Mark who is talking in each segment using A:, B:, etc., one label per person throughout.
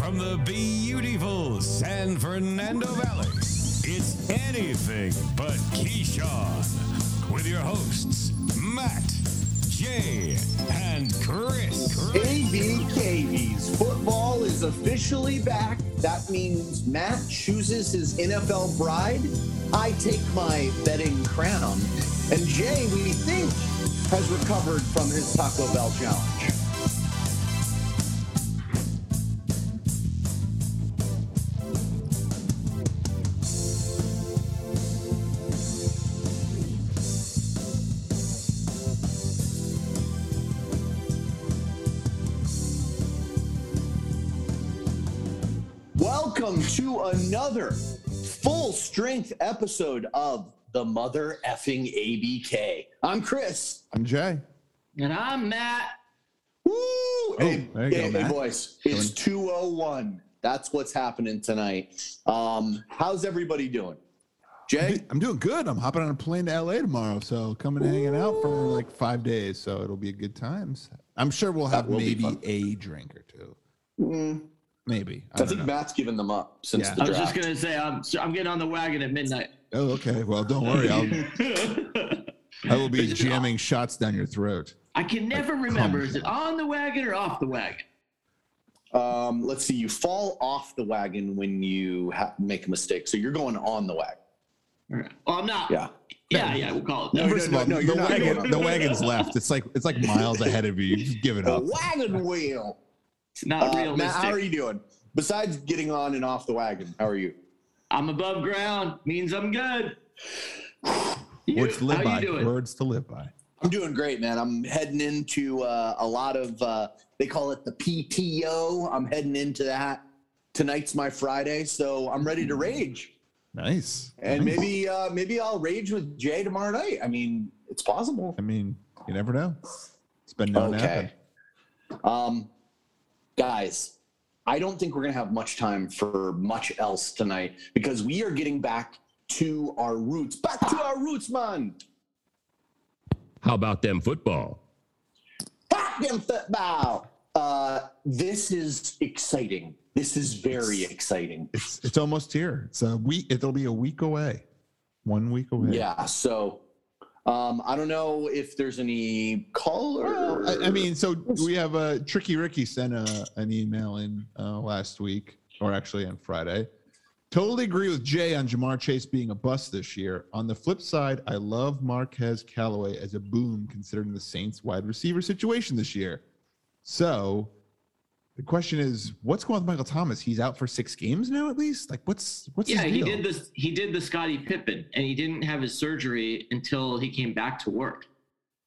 A: From the beautiful San Fernando Valley, it's anything but Keyshawn with your hosts, Matt, Jay, and Chris.
B: ABKBs. Football is officially back. That means Matt chooses his NFL bride. I take my betting crown. And Jay, we think, has recovered from his Taco Bell challenge. Welcome to another full strength episode of the Mother Effing ABK. I'm Chris.
C: I'm Jay.
D: And I'm Matt.
B: Woo! hey,
C: Oh, there you go,
B: hey, hey,
C: Matt.
B: boys, it's 201. That's what's happening tonight. Um, how's everybody doing? Jay?
C: I'm doing good. I'm hopping on a plane to LA tomorrow, so coming and hanging out for like five days. So it'll be a good times. I'm sure we'll have
B: will be
C: maybe
B: fun.
C: a drink or two.
B: Mm,
C: Maybe. I,
B: I,
C: don't
B: think
C: know.
B: Matt's given them up since
C: Yeah.
B: the
D: I was
B: draft.
D: just gonna say I'm so I'm getting on the wagon at midnight.
C: Oh, okay. Well, don't worry. I'll,
D: I
C: I will be jamming shots down your throat.
D: can never remember is it
C: down.
D: on the wagon or off the wagon?
B: Um, let's see. You fall off the wagon when you ha- make a mistake. So you're going on the wagon.
D: Or- Oh, I'm not.
B: Yeah.
D: yeah, yeah, we'll call it.
B: No,
D: that.
C: First
B: no,
C: of all,
B: no, you're
C: the,
B: not going
C: wagon,
B: on.
C: the wagon's left. It's like it's like miles ahead of you. You've given
B: The
C: up.
B: wagon wheel.
D: It's not
B: Uh, Matt, how are
D: realistic.
B: you doing? Besides getting on and off the wagon, how are you?
D: I'm above ground. Means I'm good. You,
C: Words to live
D: how
C: by.
D: you doing?
C: Words to live by.
B: I'm doing great, man. I'm heading into uh, a lot of uh, they call it the PTO. I'm heading into that. Tonight's my Friday, so I'm ready to rage.
C: Nice.
B: And
C: Nice.
B: maybe uh, maybe I'll rage with Jay tomorrow night. I mean, it's possible.
C: I mean, you never know. It's been known to happen.
B: okay. Um, guys, I don't think we're going to have much time for much else tonight because we are getting back to our roots. Back to our roots, man.
E: How about them football?
B: Back in football. Uh, this is exciting. This is very exciting.
C: it's it's almost here. It's a week. It'll be a week away. One week away.
B: Yeah. So, um, I don't know if there's any caller.
C: I, I mean, so we have uh, Tricky Ricky sent a, an email in uh, last week, or actually on Friday. Totally agree with Jay on Jamar Chase being a bust this year. On the flip side, I love Marquez Callaway as a boom considering the Saints wide receiver situation this year. So the question is, what's going on with Michael Thomas? He's out for six games now, at least. Like, what's what's
D: Yeah,
C: his
D: he
C: deal?
D: did this. He did the Scotty Pippen, and he didn't have his surgery until he came back to work.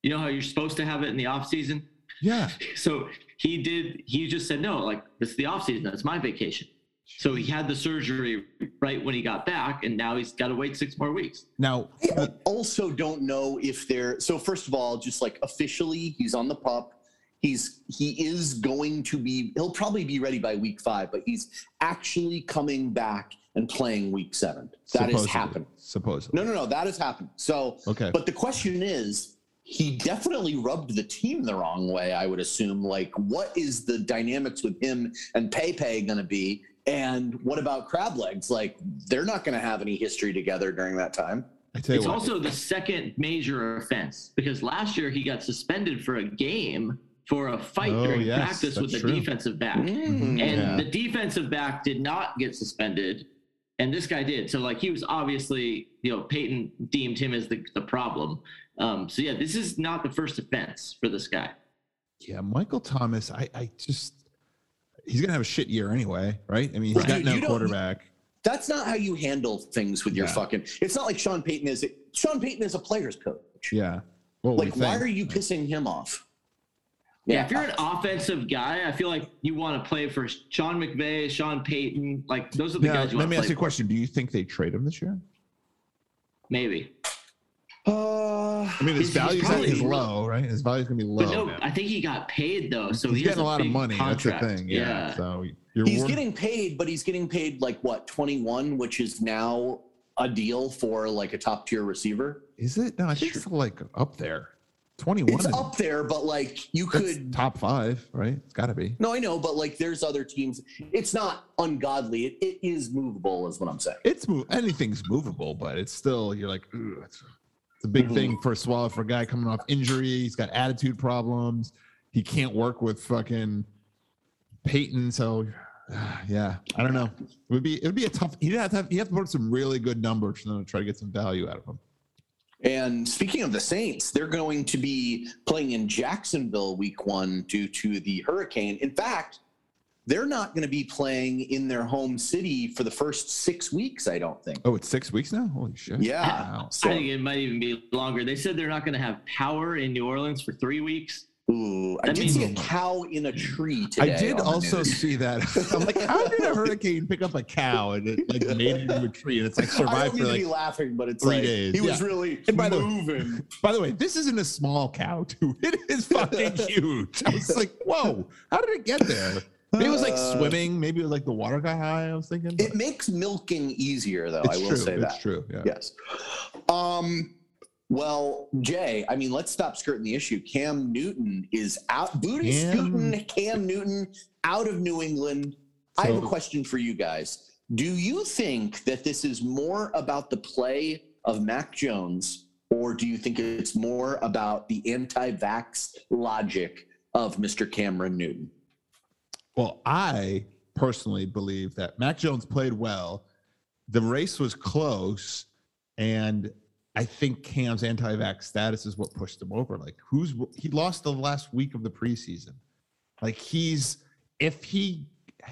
D: You know how you're supposed to have it in the off season.
C: yeah,
D: so he did he just said no like this is the off season that's my vacation so he had the surgery right when he got back and now he's got to wait six more weeks
C: now
B: I also don't know if they're so first of all just like officially he's on the pup he's he is going to be he'll probably be ready by week five but he's actually coming back and playing week seven That has
C: supposedly-
B: happened
C: Supposedly,
B: no no no that has happened so
C: Okay.
B: but the question is he definitely rubbed the team the wrong way i would assume like what is the dynamics with him and pepe going to be and what about crab legs like they're not going to have any history together during that time
C: I tell you
D: it's
C: what.
D: also the second major offense because last year he got suspended for a game for a fight
C: Oh,
D: during
C: yes,
D: practice with the
C: that's true.
D: defensive back
B: Mm.
D: and
C: Yeah.
D: the defensive back did not get suspended and this guy did so like he was obviously you know peyton deemed him as the, the problem um, so yeah this is not the first offense for this guy
C: yeah, Michael Thomas, I, I just he's gonna have a shit year anyway, right? I mean, he's
B: Right.
C: got
B: Dude,
C: no
B: you don't-
C: quarterback.
B: That's not how you handle things with your
C: Yeah.
B: fucking. It's not like Sean Payton is. Sean Payton is a player's coach.
C: Yeah. Well,
B: Like, why are you pissing him off?
D: Yeah, if you're an offensive guy, I feel like you want to play for Sean McVay, Sean Payton. Like those are the
C: Now,
D: guys you
C: let
D: want
C: me
D: to
C: ask
D: play.
C: you a question. Do you think they trade him this year?
D: for. Maybe,
B: Uh,
C: I mean, his
D: He's- he's
C: value
D: probably-
C: is low, right? His value's gonna be low.
D: but no,
C: now.
D: I think he got paid though, so
C: he's
D: he has
C: getting a lot of
D: big
C: money.
D: Contract.
C: That's the thing. Yeah. So you're
B: he's
C: wor-
B: getting paid, but he's getting paid like what twenty one, which is now a deal for like a top tier receiver.
C: Is it? No, I think it's like up there. 21.
B: It's
C: is-
B: up there, but like you
C: that's
B: could.
C: top five, right? It's got to be.
B: No, I know, but like there's other teams. It's not ungodly. It, it is movable, is what I'm saying.
C: It's move. Anything's movable, but it's still you're like, "Ooh, it's, it's a big
B: Mhm.
C: thing for Swallow for a guy coming off injury. He's got attitude problems. He can't work with fucking Peyton. So, yeah, I don't know. It would be it would be a tough. You'd have to have, you have to put up some really good numbers for them to try to get some value out of him.
B: And speaking of the Saints, they're going to be playing in Jacksonville week one due to the hurricane. In fact, they're not going to be playing in their home city for the first six weeks, I don't think.
C: Oh, it's six weeks now. Holy shit!
B: Yeah.
C: Wow.
D: I
B: So,
D: think it might even be longer. They said they're not going to have power in New Orleans for three weeks.
B: ooh, I
D: That
B: did
D: means-
B: see a cow in a tree
C: I
B: today.
C: did
B: on the
C: also
B: news.
C: see that. I'm like, how did a hurricane pick up a cow and it like made it into a tree and it's like
B: I
C: survived
B: don't
C: for
B: mean to
C: like
B: be laughing, but it's
C: three
B: like
C: days.
B: he was really
C: And by the way-
B: moving.
C: By the way, this isn't a small cow, too. It is fucking huge. I was like, whoa, how did it get there? Maybe it was like
B: Uh,
C: swimming. Maybe it was like the water got high. I was thinking.
B: It
C: but
B: makes milking easier, though. I will
C: true.
B: say
C: it's
B: that.
C: true. Yeah.
B: Yes. Um, well, Jay, I mean, let's stop skirting the issue. Cam Newton is out. Booty
C: Cam-
B: Scootin' Cam Newton out of New England. I have a
C: So-
B: question for you guys. Do you think that this is more about the play of Mac Jones, or do you think it's more about the anti vax logic of Mr. Cameron Newton?
C: Well, I personally believe that Mac Jones played well. The race was close, and I think Cam's anti-vax status is what pushed him over. Like, who's he lost the last week of the preseason? Like, he's if he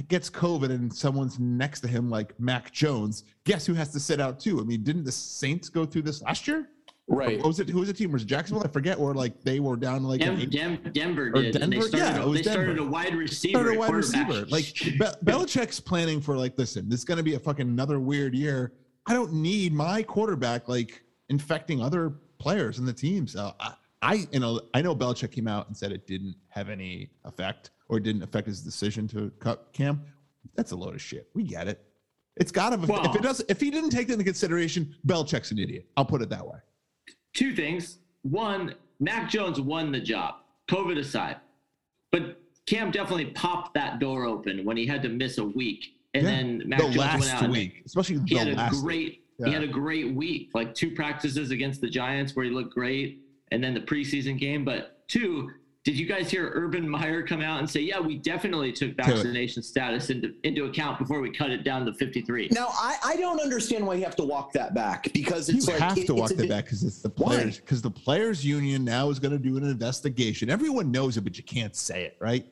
C: gets COVID and someone's next to him, like Mac Jones, guess who has to sit out too? I mean, didn't the Saints go through this last year?
B: Right.
C: What was it? Who was the team? Was it Jacksonville? I forget. Or like they were down like an
D: Dem-
C: eight-
D: Dem- Denver
C: Or
D: did. and they
C: Denver?
D: started,
C: Yeah, it was
D: they started
C: Denver.
D: a wide receiver.
C: Started
D: at
C: a wide
D: quarterback.
C: receiver. Like Be- Belichick's planning for like, listen, this is going to be a fucking another weird year. I don't need my quarterback like infecting other players in the team. So I, I you know, I know Belichick came out and said it didn't have any effect or didn't affect his decision to cut Cam. That's a load of shit. We get it. It's got to. if
D: Well-
C: it does, if he didn't take that into consideration, Belichick's an idiot. I'll put it that way.
D: two things. One, Mac Jones won the job, COVID aside. But Cam definitely popped that door open when he had to miss a week. And
C: Yeah.
D: then Mac
C: The
D: Jones went out
C: last
D: and
C: week, especially
D: he
C: the
D: had a
C: last week.
D: great he
C: Yeah.
D: had a great week like two practices against the giants where he looked great and then the preseason game but two did you guys hear urban meyer come out and say yeah we definitely took vaccination status into, into account before we cut it down to 53
B: Now, I, I don't understand why you have to walk that back because
C: You
B: it's like
C: have
B: it- it's
C: to walk
B: a
C: that
B: di-
C: back because it's the
B: Why?
C: players. Because the players' union now is going to do an investigation. Everyone knows it, but you can't say it, right?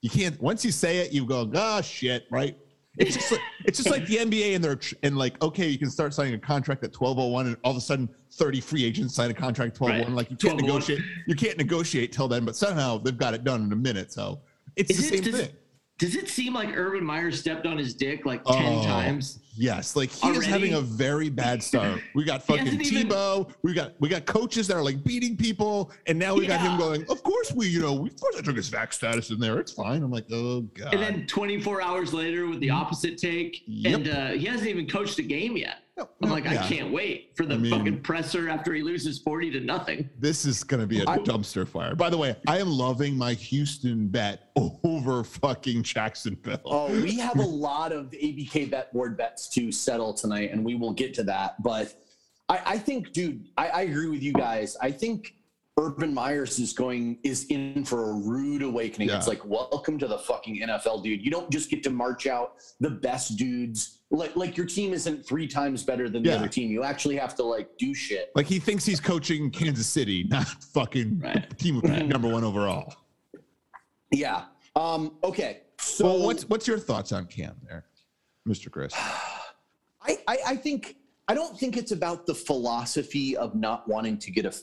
C: You can't. Once you say it, you go, ah, shit, right? It's just like, it's just like the NBA and they're tr- and like, okay, you can start signing a contract at twelve oh one, and all of a sudden, thirty free agents sign a contract twelve oh one.
D: Right.
C: Like you can't
D: 12:01.
C: negotiate. You can't negotiate till then, but somehow they've got it done in a minute. So it's
D: Is
C: the
D: it-
C: same
D: does-
C: thing.
D: does it seem like urban meyer stepped on his dick like 10
C: Oh.
D: times
C: Yes, like he is
D: Already?
C: having a very bad start. We got
D: He
C: fucking
D: hasn't even-
C: Tebow. We got we got coaches that are like beating people, and now we got him
D: Yeah.
C: going. Of course we, you know, we, of course I took his vac status in there. It's fine. I'm like, oh god.
D: and then 24 hours later with the opposite take
C: Yep.
D: and uh, he hasn't even coached a game yet
C: No,
D: i'm
C: no,
D: like
C: yeah.
D: i can't wait for the
C: I mean-
D: fucking presser after he loses 40 to nothing
C: This is gonna be a
B: I-
C: dumpster fire. By the way, I am loving my Houston bet over fucking Jacksonville.
B: Oh, we have a lot of ABK bet board bets to settle tonight, and we will get to that. But I, I think, dude, I, I agree with you guys. I think Urban Myers is going is in for a rude awakening. It's
C: Yeah.
B: like, welcome to the fucking NFL, dude. You don't just get to march out the best dudes. Like, like your team isn't three times better than the
C: Yeah.
B: other team. You actually have to like do shit.
C: Like he thinks he's coaching Kansas City, not fucking
D: Right. Mm-hmm.
C: the team with number one overall.
B: Yeah. Um. Okay. So
C: well, what's what's your thoughts on Cam there, Mr. Chris?
B: I, I, I think I don't think it's about the philosophy of not wanting to get a f-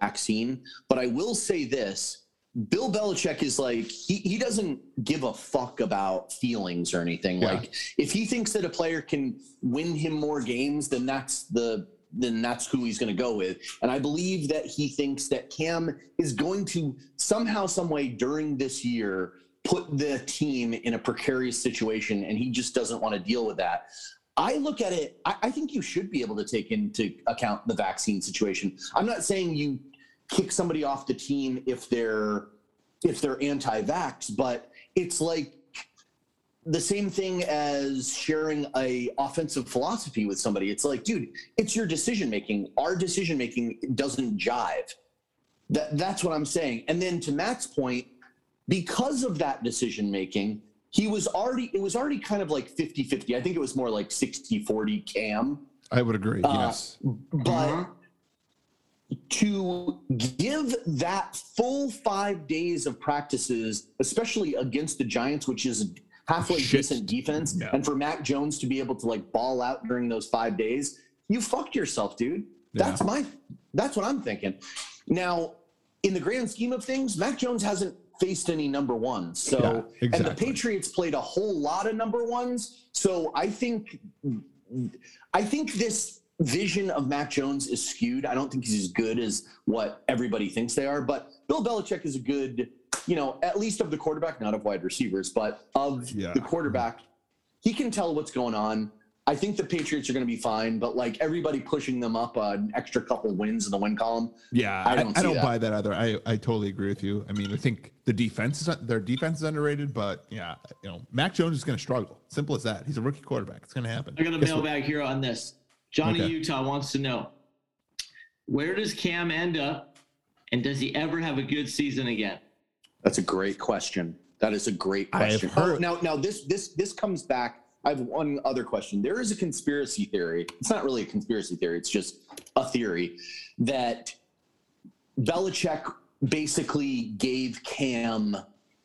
B: vaccine, but I will say this: Bill Belichick is like he he doesn't give a fuck about feelings or anything.
C: Yeah.
B: Like if he thinks that a player can win him more games, then that's the then that's who he's going to go with. And I believe that he thinks that Cam is going to somehow, some way during this year put the team in a precarious situation, and he just doesn't want to deal with that. I look at it, I, I think you should be able to take into account the vaccine situation. I'm not saying you kick somebody off the team if they're if they're anti-vax, but it's like the same thing as sharing a offensive philosophy with somebody. It's like, dude, it's your decision making. Our decision making doesn't jive. That that's what I'm saying. And then to Matt's point, because of that decision making, he was already it was already kind of like 50-50. I think it was more like 60-40 cam.
C: I would agree.
B: Uh,
C: yes.
B: But
C: Mm-hmm.
B: to give that full five days of practices, especially against the Giants, which is halfway
F: Shit.
B: decent defense,
F: No.
B: and for Mac Jones to be able to like ball out during those five days, you fucked yourself, dude. That's my that's what I'm thinking. Now, in the grand scheme of things, Mac Jones hasn't faced any number ones. So
C: Yeah,
B: and the
C: exactly.
B: Patriots played a whole lot of number ones. So I think I think this vision of Mac Jones is skewed. I don't think he's as good as what everybody thinks they are, but Bill Belichick is a good, you know, at least of the quarterback, not of wide receivers, but of
C: Yeah.
B: the quarterback. He can tell what's going on. I think the Patriots are going to be fine, but like everybody pushing them up an extra couple wins in the win column,
C: Yeah,
B: I
C: I
B: don't
C: don't, I,
B: see
C: don't
B: that.
C: buy that either. I, I totally agree with you. I mean, I think the defense is their defense is underrated, but yeah, you know, Mac Jones is going to struggle. Simple as that. He's a rookie quarterback. It's going to happen.
D: I got a
C: Guess what?
D: mailbag here on this. Johnny
C: Okay.
D: Utah wants to know where does Cam end up, and does he ever have a good season again?
B: That's a great question. That is a great
C: I have
B: question.
C: heard-
B: Oh, now, now this this this comes back. I have one other question. There is a conspiracy theory. It's not really a conspiracy theory. It's just a theory that Belichick basically gave Cam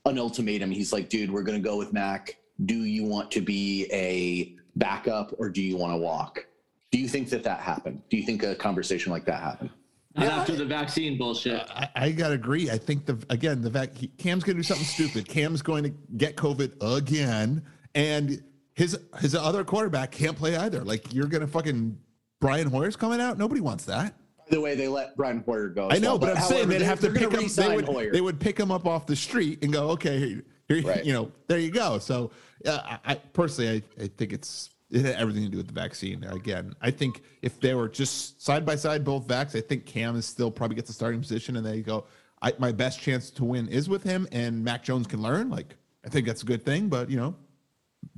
B: an ultimatum. He's like, "Dude, we're going to go with Mac. Do you want to be a backup or do you want to walk?" Do you think that that happened? Do you think a conversation like that happened?
D: Not
C: Yeah,
D: after the vaccine bullshit.
C: I, I gotta agree. I think the again the fact he, Cam's gonna do something stupid. Cam's going to get COVID again, and his his other quarterback can't play either. Like you're gonna fucking Brian Hoyer's coming out. Nobody wants that.
B: By the way, they let Brian Hoyer go. as
C: I know,
B: well,
C: but, I'm saying
B: however,
C: they'd
B: they're-
C: have to
B: they're gonna
C: pick up. They
B: re-sign
C: would,
B: Hoyer.
C: they would pick him up off the street and go, okay, here, here-
B: Right.
C: you know, there you go. So, uh, I, I personally, I, I think it's it had everything to do with the vaccine. Again, I think if they were just side by side, both vax, I think Cam is still probably gets the starting position, and they go, I, my best chance to win is with him, and Mac Jones can learn. Like, I think that's a good thing, but you know,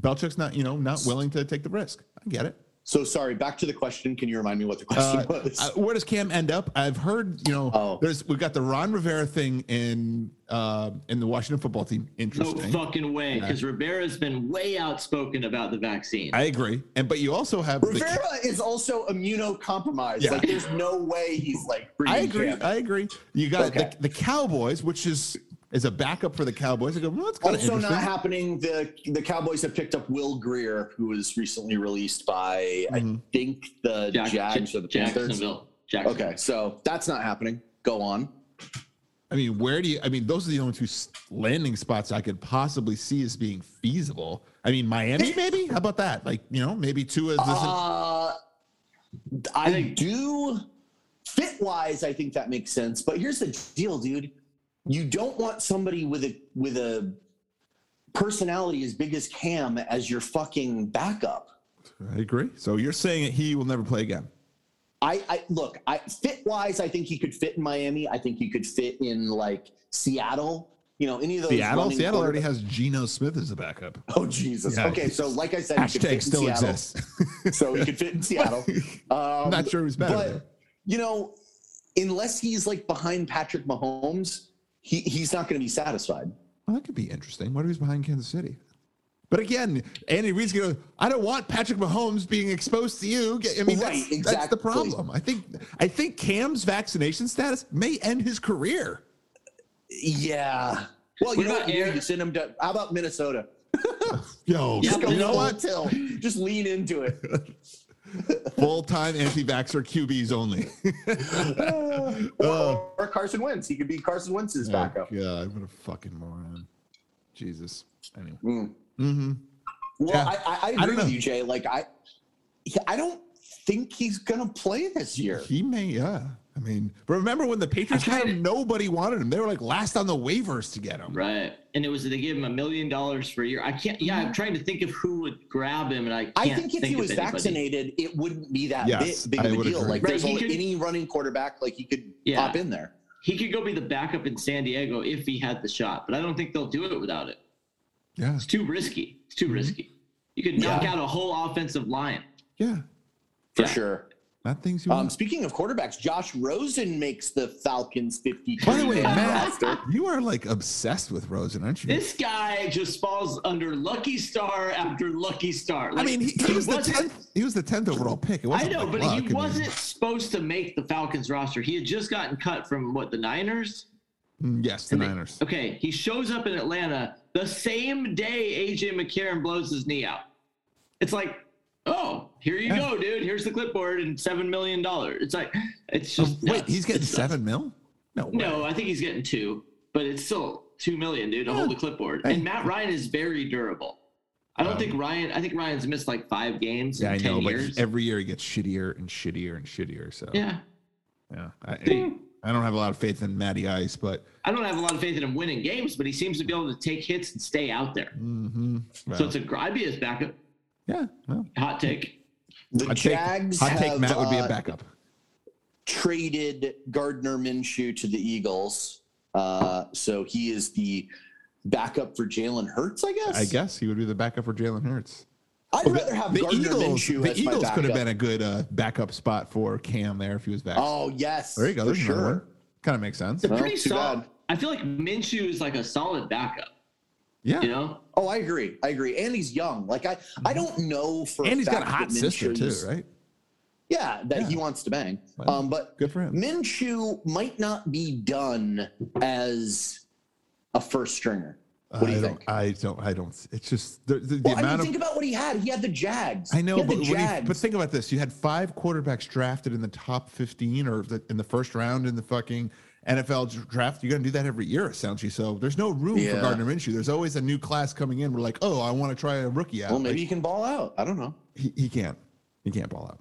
C: Belichick's not, you know, not willing to take the risk. I get it.
B: So sorry, back to the question. Can you remind me what the question
C: Uh,
B: was?
C: uh, where does Cam end up? I've heard, you know,
B: Oh.
C: there's we've got the Ron Rivera thing in uh, in the Washington football team.
D: No
C: Interesting.
D: fucking way, because Rivera's been way outspoken about the vaccine.
C: I agree. And but you also have
B: Rivera
C: the
B: is also immunocompromised.
C: Yeah.
B: Like there's no way he's like breathing.
C: I agree.
B: camp.
C: I agree. You got
B: Okay.
C: the, the Cowboys, which is is a backup for the Cowboys. I go, well, that's kind of
B: Also
C: interesting.
B: not happening. The the Cowboys have picked up Will Greer, who was recently released by I
C: Mhm.
B: think the
D: Jack-
B: Jags
D: Ja-
B: or the Panthers.
D: Jacksonville. Jacksonville.
B: Okay, so that's not happening. Go on.
C: I mean, where do you? I mean, those are the only two s- landing spots I could possibly see as being feasible. I mean, Miami, maybe. How about that? Like, you know, maybe Tua doesn't.
B: Uh, I do fit wise. I think that makes sense. But here's the deal, dude. You don't want somebody with a with a personality as big as Cam as your fucking backup.
C: I agree. So you're saying that he will never play again.
B: I, I look. I fit wise. I think he could fit in Miami. I think he could fit in like Seattle. You know, any of those.
C: Seattle,
B: running
C: Seattle already
B: quarterback-
C: has Geno Smith as a backup.
B: Oh Jesus.
C: Yeah.
B: Okay, so like I said, he could fit in
C: Hashtag still
B: Seattle.
C: exists.
B: So he could fit in Seattle. Um,
C: I'm not sure who's better.
B: but
C: there.
B: you know, unless he's like behind Patrick Mahomes, he, he's not going to be satisfied.
C: Well, that could be interesting. What if he's behind Kansas City? But again, Andy Reid's going to. I don't want Patrick Mahomes being exposed to you. Get- I mean,
B: Right,
C: that's, that's the
B: exactly.
C: problem. I think. I think Cam's vaccination status may end his career.
B: Yeah. Well, you
D: What
B: know
D: about
B: what? You
D: Aaron-
B: can send him to. How about Minnesota?
C: Yo,
D: Yeah,
B: Just go
D: but
C: you know
B: full
C: what?
B: Tilt. Just lean into it.
C: Full-time anti-vaxxer QBs only.
B: or, or Carson Wentz. He could be Carson Wentz's backup.
C: Uh. Yeah, I'm gonna fucking moron. Jesus. Anyway.
B: Mm.
C: Mm-hmm.
B: Well,
C: Yeah.
B: I, I, I
C: don't
B: agree
C: know.
B: with you, Jay. Like I, I don't think he's going to play this year.
C: He may, yeah. I mean, but remember when the Patriots
D: I
C: had
D: kinda-
C: him? Nobody wanted him. They were like last on the waivers to get him.
D: Right. And it was they gave him a million dollars for a year. I can't. Yeah, I'm trying to think of who would grab him, and I can't
B: I think if he
D: of
B: was
D: anybody.
B: vaccinated, it wouldn't be that
C: Yes,
B: big,
C: I
B: big of a
C: would
B: deal.
C: agree.
B: Like
D: Right,
B: there's
D: he
B: only
D: could-
B: any running quarterback, like he could
D: Yeah.
B: pop in there.
D: he could go be the backup in San Diego if he had the shot, but I don't think they'll do it without it.
C: Yeah.
D: It's too risky. It's
C: Mm-hmm.
D: too risky. You could knock out a whole offensive line.
C: Yeah.
B: for
D: Yeah.
B: sure.
C: That thing's.
B: Um, speaking of quarterbacks, Josh Rosen makes the Falcons 52.
C: By the way,
B: man
C: Matt, you are like obsessed with Rosen, aren't you?
D: This guy just falls under lucky star after lucky star.
C: I
D: Like,
C: mean, he, he was the
D: wasn't-
C: tenth. He was the tenth overall pick. It
D: I
C: wasn't
D: know,
C: by
D: but
C: luck. I
D: he
C: mean,
D: wasn't supposed to make the Falcons roster. He had just gotten cut from what the Niners.
C: Mm, yes, the
D: And they-
C: Niners.
D: Okay, he shows up in Atlanta the same day AJ McCarron blows his knee out. It's like, oh, here you
C: Yeah.
D: go, dude. Here's the clipboard and seven million dollars. It's like, it's
C: Oh,
D: just
C: wait,
D: nuts.
C: he's getting
D: It's nuts.
C: seven mil? No, way.
D: No, I think he's getting two, but it's still two million, dude, to hold a clipboard.
C: Hey.
D: And Matt Ryan is very durable. I don't
C: Um,
D: think Ryan. I think Ryan's missed like five games
C: Yeah, I
D: in ten
C: know, but
D: years.
C: every year he gets shittier and shittier and shittier. So
D: yeah,
C: yeah. I, I don't have a lot of faith in Matty Ice, but
D: I don't have a lot of faith in him winning games, but he seems to be able to take hits and stay out there.
C: mhm.
D: So
C: Well,
D: it's a gr- I'd be his backup.
C: yeah, well,
D: Hot take.
B: the
C: I'd take,
B: Jags
C: I'd take
B: have
C: Matt would be a
B: uh,
C: backup.
B: traded Gardner Minshew to the Eagles. Uh, so he is the backup for Jalen Hurts, I guess.
C: I guess he would be the backup for Jalen Hurts.
B: I'd
C: Well,
B: rather have
C: the
B: Gardner
C: Eagles,
B: Minshew
C: the
B: as my
C: Eagles could have
B: backup.
C: been a good uh, backup spot for Cam there if he was back.
B: Oh yes.
C: there you go.
B: For
C: There's another
B: sure.
C: one. Kind of makes sense.
D: It's a
B: Well,
D: pretty
B: too
D: solid.
B: bad.
D: I feel like Minshew is like a solid backup.
C: Yeah.
D: You know,
B: Oh, I agree. I agree. And he's young. Like I, I don't know for.
C: Mm-hmm. And he's got a
B: fact
C: hot
B: that
C: sister too,
B: Minshew's-
C: right?
B: Yeah, that he
C: Yeah.
B: wants to bang.
C: Well,
B: um, but
C: Good for him.
B: Minshew might not be done as a first stringer. What do you
C: I
B: think?
C: Don't, I don't. I don't. It's just the, the, the
B: Well, I mean,
C: amount
B: think
C: of.
B: about what he had. He had the Jags.
C: I know,
B: He had
C: but
B: the
C: when you,
B: Jags.
C: but think about this: you had five quarterbacks drafted in the top fifteen or the, in the first round in the fucking NFL dr- draft. You're gonna do that every year, it sounds you. So there's no room for
B: Yeah.
C: Gardner Minshew. There's always a new class coming in. We're like, oh, I want to try a rookie out.
B: well, maybe
C: Like,
B: he can ball out. I don't know.
C: he, he can't. He can't ball out.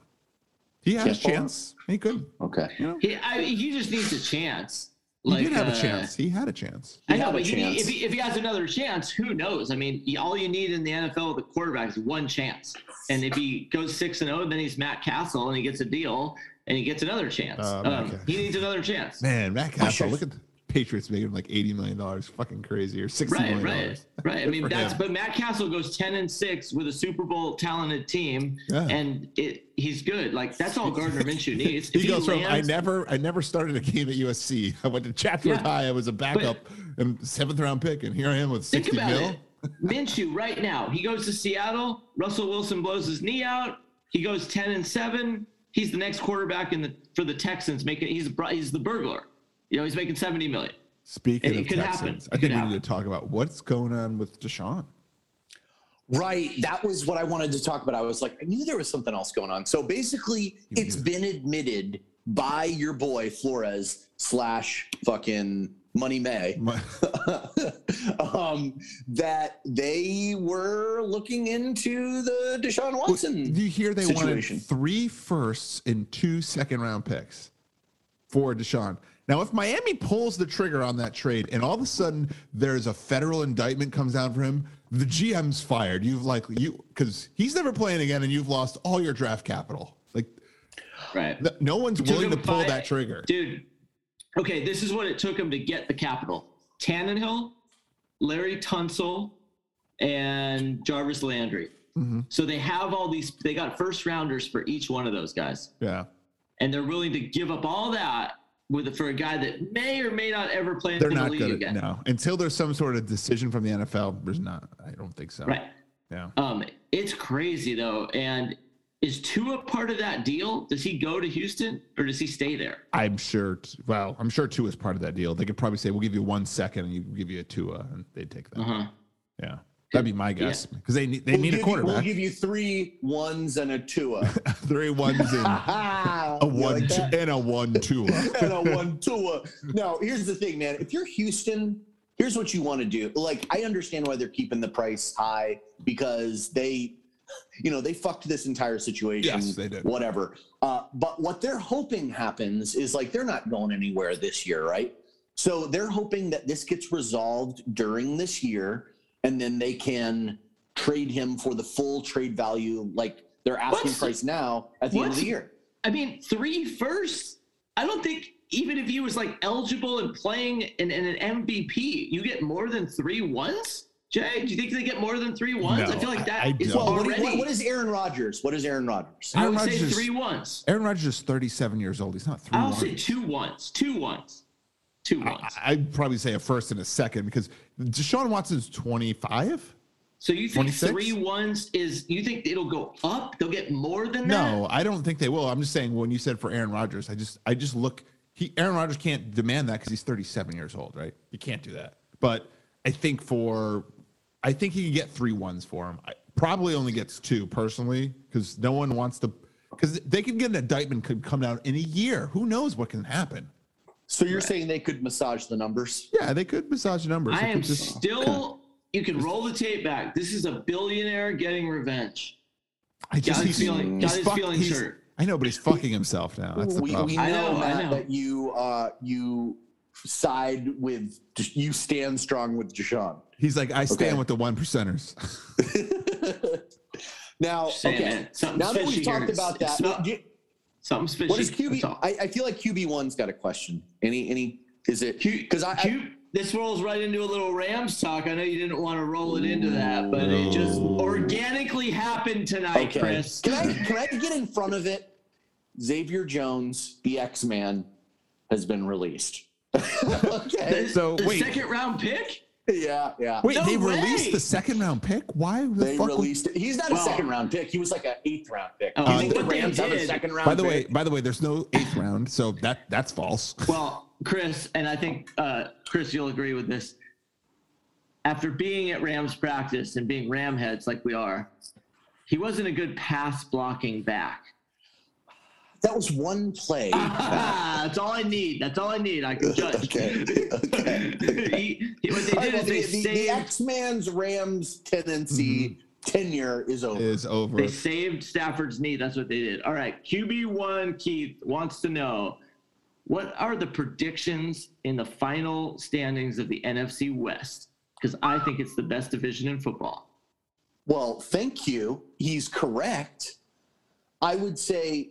C: He had a
B: Can't ball out?
C: chance. He could.
B: Okay.
C: You know,
D: he I, he just needs a chance.
C: he did have
D: uh,
C: a chance. He had a chance.
D: I
B: He
D: know,
B: had a
D: but you need,
B: chance.
D: if, he, if he has another chance, who knows? I mean, y- all you need in the NFL with a quarterback is one chance. And if he goes six and zero, then he's Matt Castle, and he gets a deal, and he gets another chance.
C: Oh,
D: um,
C: okay.
D: He needs another chance.
C: Man, Matt Castle,
B: should've-
C: look at the Patriots making like eighty million dollars. Fucking crazy, or sixty
D: Right,
C: million
D: right,
C: dollars.
D: right. I mean,
C: for
D: that's
C: him.
D: but Matt Castle goes ten and six with a Super Bowl talented team,
C: Yeah.
D: and it he's good. Like that's all Gardner Minshew needs.
C: He
D: If
C: goes from I
D: lands-
C: never I never started a game at USC. I went to Chatsworth
D: Yeah.
C: High. I was a backup and seventh round pick, and here I am with
D: Think
C: sixty
D: about
C: mil.
D: it. Minshew right now. He goes to Seattle. Russell Wilson blows his knee out. He goes ten and seven. He's the next quarterback in the for the Texans. Making he's br- he's the burglar. You know he's making seventy million.
C: Speaking
D: It- it
C: of
D: could happen.
C: Texans,
D: It
C: I
D: could
C: think we
D: happen.
C: need to talk about what's going on with Deshaun.
B: Right. That was what I wanted to talk about. I was like, I knew there was something else going on. So basically,
C: You
B: it's
C: knew.
B: been admitted by your boy Flores slash fucking Money May
C: My- Mm-hmm.
B: um, that they were looking into the Deshaun Watson.
C: Do you hear they
B: Situation.
C: wanted three firsts and two second round picks for Deshaun? Now, if Miami pulls the trigger on that trade and all of a sudden there's a federal indictment comes down for him, the GM's fired. You've like you because he's never playing again, and you've lost all your draft capital. Like
D: Right.
C: No, no one's
D: It took
C: willing to
D: him
C: pull
D: five-
C: that trigger.
D: Dude, okay, this is what it took him to get the capital. Tannenhill, Larry Tunsil, and Jarvis Landry.
C: Mhm.
D: So they have all these, they got first rounders for each one of those guys.
C: Yeah,
D: And they're willing to give up all that with for a guy that may or may not ever play
C: they're
D: in the
C: not
D: league
C: good.
D: again.
C: At, no, until there's some sort of decision from the NFL, there's not. I don't think so.
D: Right.
C: Yeah.
D: Um, it's crazy though. And is Tua part of that deal? Does he go to Houston or does he stay there?
C: I'm sure. t- Well, I'm sure Tua is part of that deal. They could probably say, "We'll give you one second, and you give you a Tua," and they'd take that.
D: Uh-huh.
C: Yeah, that'd be my guess because they need they need
B: give
C: a
B: you-
C: quarterback.
B: we'll give you three ones and a Tua.
C: Three ones and a
B: a
C: one and a one Tua.
B: and a one Tua. No, here's the thing, man. If you're Houston, here's what you want to do. Like, I understand why they're keeping the price high because they, you know, they fucked this entire situation.
C: Yes, they did.
B: Whatever. Uh, but what they're hoping happens is like they're not going anywhere this year, right? So they're hoping that this gets resolved during this year, and then they can trade him for the full trade value, like they're asking
D: What's-
B: price now at the end of
D: what's-
B: the year.
D: I mean, three firsts. I don't think even if he was like eligible and playing in, in an MVP, you get more than three ones. Jay, do you think they get more than three ones?
C: No,
D: I feel like that
C: I- I
D: is
C: don't.
B: Well, what,
D: already.
B: what- what is Aaron Rodgers? What is Aaron Rodgers?
D: I
C: Aaron
D: would say
C: Rodgers is-
D: three ones.
C: Aaron Rodgers is 37 years old. He's not three.
D: I'll
C: one.
D: say two ones. Two ones. Two
C: I-
D: ones.
C: I'd probably say a first and a second because Deshaun Watson's 25.
D: So you think
C: 26?
D: three ones is? You think it'll go up? They'll get more than that?
C: No, I don't think they will. I'm just saying when you said for Aaron Rodgers, I just I just look he Aaron Rodgers can't demand that because he's 37 years old, right? You can't do that. But I think for I think he can get three ones for him. I, probably only gets two personally because no one wants to because they could get an indictment could come down in a year. Who knows what can happen?
B: So you're saying they could massage the numbers?
C: Yeah, they could massage the numbers.
D: I
C: They could
D: am
C: just-
D: still. You can roll the tape back. This is a billionaire getting revenge.
C: I just
D: Got his
C: he's,
D: feeling-
C: he's
D: got his
C: fuck-
D: feelings
C: he's-
D: hurt.
C: I know, but he's fucking himself now. That's the
B: we,
C: problem.
B: we know,
D: I know, I
B: Matt,
D: know.
B: that you uh, you side with you stand strong with Deshaun.
C: he's like, I stand
B: Okay.
C: with the one percenters.
B: now,
D: Saying
B: Oh, okay.
D: it. Something
B: Now that we've
D: fishy
B: talked
D: here.
B: about
D: It's
B: that,
D: not-
B: do you-
D: Something's fishy.
B: what is
D: That's
B: QB?
D: all.
B: I, I feel like QB one's got a question. Any any is it?
D: Q-
B: Because I, I
D: Q- this rolls right into a little Rams talk. I know you didn't want to roll it into that, but it just organically happened tonight,
B: okay.
D: Chris.
B: Can I can I get in front of it? Xavier Jones, the X Man, has been released. okay.
D: The,
C: So,
D: the
C: wait.
D: second round pick?
B: Yeah, yeah.
C: Wait,
D: No
C: they
D: way!
C: released the second round pick? Why the
B: They
C: fuck? would-
B: released it. He's not a
D: Wow.
B: second round pick. He was like an eighth round pick.
D: Oh,
B: Do you think the
D: but they
B: Rams have a
D: did.
B: second round
C: by the
B: pick?
C: way, by the way, there's no eighth round, so that that's false.
D: Well, Chris, and I think uh, Chris, you'll agree with this. After being at Rams practice and being Ram heads like we are, he wasn't a good pass blocking back.
B: that was one play.
D: That's all I need. That's all I need. I can judge.
B: Okay, okay,
D: He- he- what they
B: All right,
D: did
B: well,
D: is
B: the, the, the
D: they saved
B: X Man's Rams tenancy
D: Mm-hmm.
B: tenure is over.
C: Is over.
D: They saved Stafford's knee. That's what they did. All right. QB1 Keith wants to know what are the predictions in the final standings of the NFC West? Because I think it's the best division in football.
B: Well, thank you. He's correct. I would say,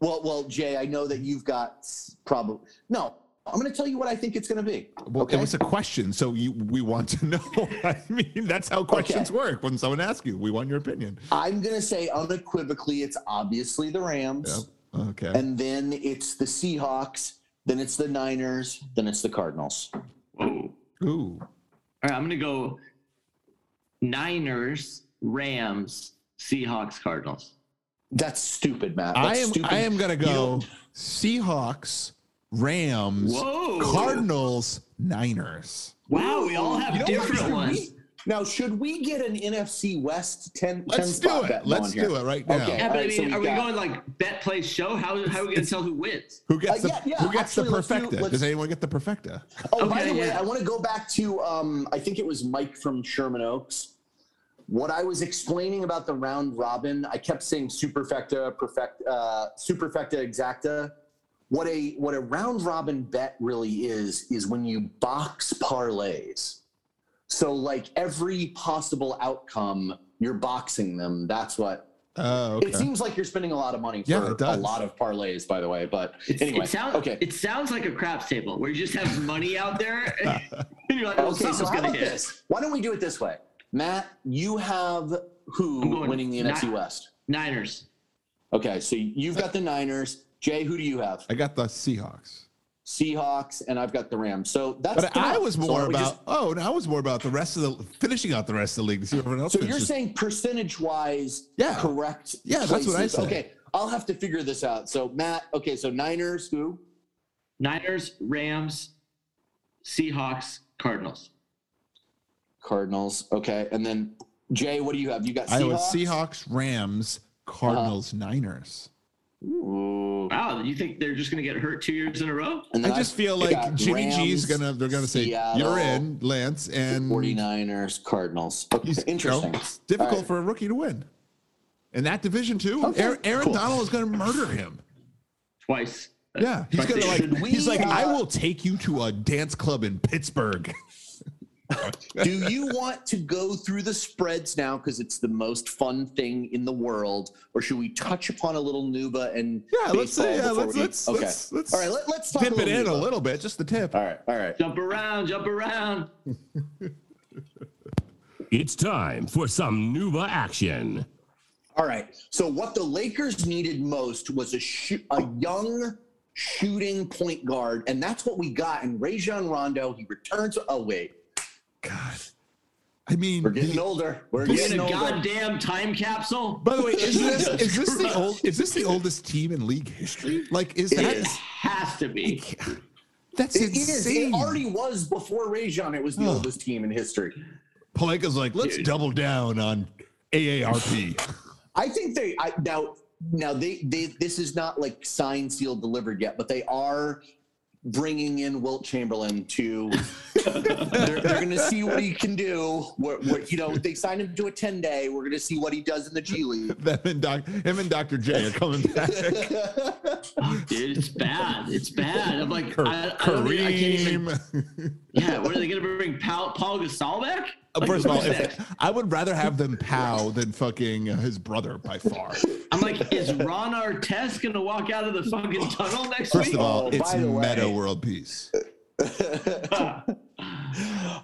B: well, well, Jay, I know that you've got probably no. I'm going to tell you what I think it's going to be.
C: Well, it was a question, so you we want to know. I mean, that's how questions work. When someone asks you, we want your opinion.
B: I'm going to say unequivocally, it's obviously the Rams.
C: Yep. Okay.
B: and then it's the Seahawks, then it's the Niners, then it's the Cardinals.
D: Whoa.
C: Ooh.
D: All right. I'm going to go Niners, Rams, Seahawks, Cardinals.
B: That's stupid, Matt. That's
C: I am
B: Stupid.
C: I am gonna
B: You
C: go
B: don't-
C: Seahawks, Rams,
D: Whoa.
C: Cardinals, Niners.
D: Wow. We all have
B: You know what?
D: different
B: Should
D: ones.
B: we- now, should we get an NFC West 10 10
C: Let's do
B: spot
C: it.
B: bet
C: Let's
B: going here?
C: do it right now.
B: Okay.
D: Yeah,
B: All
D: but I
B: right, so
D: mean,
B: we
D: are we
B: got-
D: going like bet, play, show? How, how are we going to tell who wins?
C: Who gets
B: Uh,
C: the
B: yeah, yeah,
C: Who gets
B: actually,
C: the
B: let's do-
C: perfecta?
B: let's-
C: Does anyone get the perfecta?
B: Oh, by
D: Okay,
B: the way,
D: yeah.
B: I want to go back to um, I think it was Mike from Sherman Oaks. What I was explaining about the round robin, I kept saying superfecta, perfect, uh, superfecta, exacta. What a what a round robin bet really is is when you box parlays. So like every possible outcome, you're boxing them. That's what.
C: Oh, okay.
B: It seems like you're spending a lot of money for
C: Yeah, it
B: a
C: does.
B: lot of parlays, by the way. But
D: It's-
B: anyway,
D: it sounds
B: okay.
D: It sounds like a craps table where you just have money out there, and you're like, well,
B: Okay, so
D: something's
B: how
D: gonna
B: about
D: hit.
B: this? Why don't we do it this way? Matt, you have who
D: I'm going
B: winning the
D: Ni-
B: NFC West?
D: Niners.
B: Okay, so you've got the Niners. Jay, who do you have?
C: I got the Seahawks.
B: Seahawks, and I've got the Rams. So that's.
C: But
B: the
C: I
B: round.
C: was
B: So
C: more
B: why don't we
C: about
B: just-
C: oh, no, I was more about the rest of the finishing out the rest of the league to see what everyone else.
B: so
C: is.
B: you're
C: Just-
B: saying percentage-wise,
C: Yeah.
B: correct?
C: Yeah, that's what I
B: places.
C: said.
B: Okay, I'll have to figure this out. So Matt, okay, so Niners, who?
D: Niners, Rams, Seahawks, Cardinals.
B: Cardinals. Okay, and then Jay, what do you have? You got Seahawks. Uh-huh.
C: I was Seahawks, Rams, Cardinals, Niners.
B: Ooh.
D: Wow, you think they're just gonna get hurt two years in a row?
B: And then
C: I just
B: I've
C: feel
B: got
C: like Jimmy
B: Rams,
C: G's gonna they're gonna say
B: Seattle,
C: you're in Lance and
B: 49ers, Cardinals. Okay,
C: he's- you know,
B: interesting.
C: it's Mm. difficult
B: All right.
C: for a rookie to win. In that division too,
B: Okay,
C: Aaron, Aaron
B: cool.
C: Donald is gonna murder him.
D: Twice.
C: Yeah, he's
D: But
C: gonna
D: they-
C: like
B: we,
C: he's like
B: uh,
C: I will take you to a dance club in Pittsburgh.
B: Do you want to go through the spreads now because it's the most fun thing in the world, or should we touch upon a little Nuba and
C: Yeah, let's
B: baseball
C: say, yeah,
B: before
C: let's,
B: we-
C: let's,
B: okay.
C: let's, let's,
B: All right, let, let's talk
C: dip it in a
B: Nuba.
C: little bit, just the tip.
B: All right, all right.
D: Jump around, jump around.
G: It's time for some Nuba action.
B: All right. So what the Lakers needed most was a shoo- a young shooting point guard, and that's what we got in Rajon Rondo. He returns. Oh wait,
C: God. I mean,
B: we're getting
C: the-
B: older. We're
D: We're in
B: getting
D: a
B: older.
D: goddamn time capsule.
C: by the way, is this, is this the
D: Christ.
C: old, is this the oldest team in league history? Like, is
B: It
C: that,
D: It has to be.
C: that's
B: It
C: insane.
B: is. It already was before Rajon. It was the
C: Oh.
B: oldest team in history.
C: Paleka's like, let's
D: Dude.
C: double down on AARP.
B: I think they I, now now they they this is not like signed sealed delivered yet, but they are bringing in Wilt Chamberlain to they're, they're going to see what he can do. We're, we're, you know, they signed him to a ten day. We're going to see what he does in the G League.
C: Them and Doc, him and Dr. J are coming back.
D: Fuck, dude, it's bad. It's bad. I'm like,
C: Kar-
D: I, I, don't think I can't even.
C: Kareem.
D: Yeah, what are they gonna bring? Paul, Paul Gasol back?
C: Uh,
D: Like,
C: First of all,
D: who's that?
C: if, I would rather have them pow than fucking uh, his brother by far.
D: I'm like, is Ron Artest gonna walk out of the fucking tunnel next
C: First
D: week?
C: of all,
B: Oh,
C: it's
B: by the way.
C: meta world peace.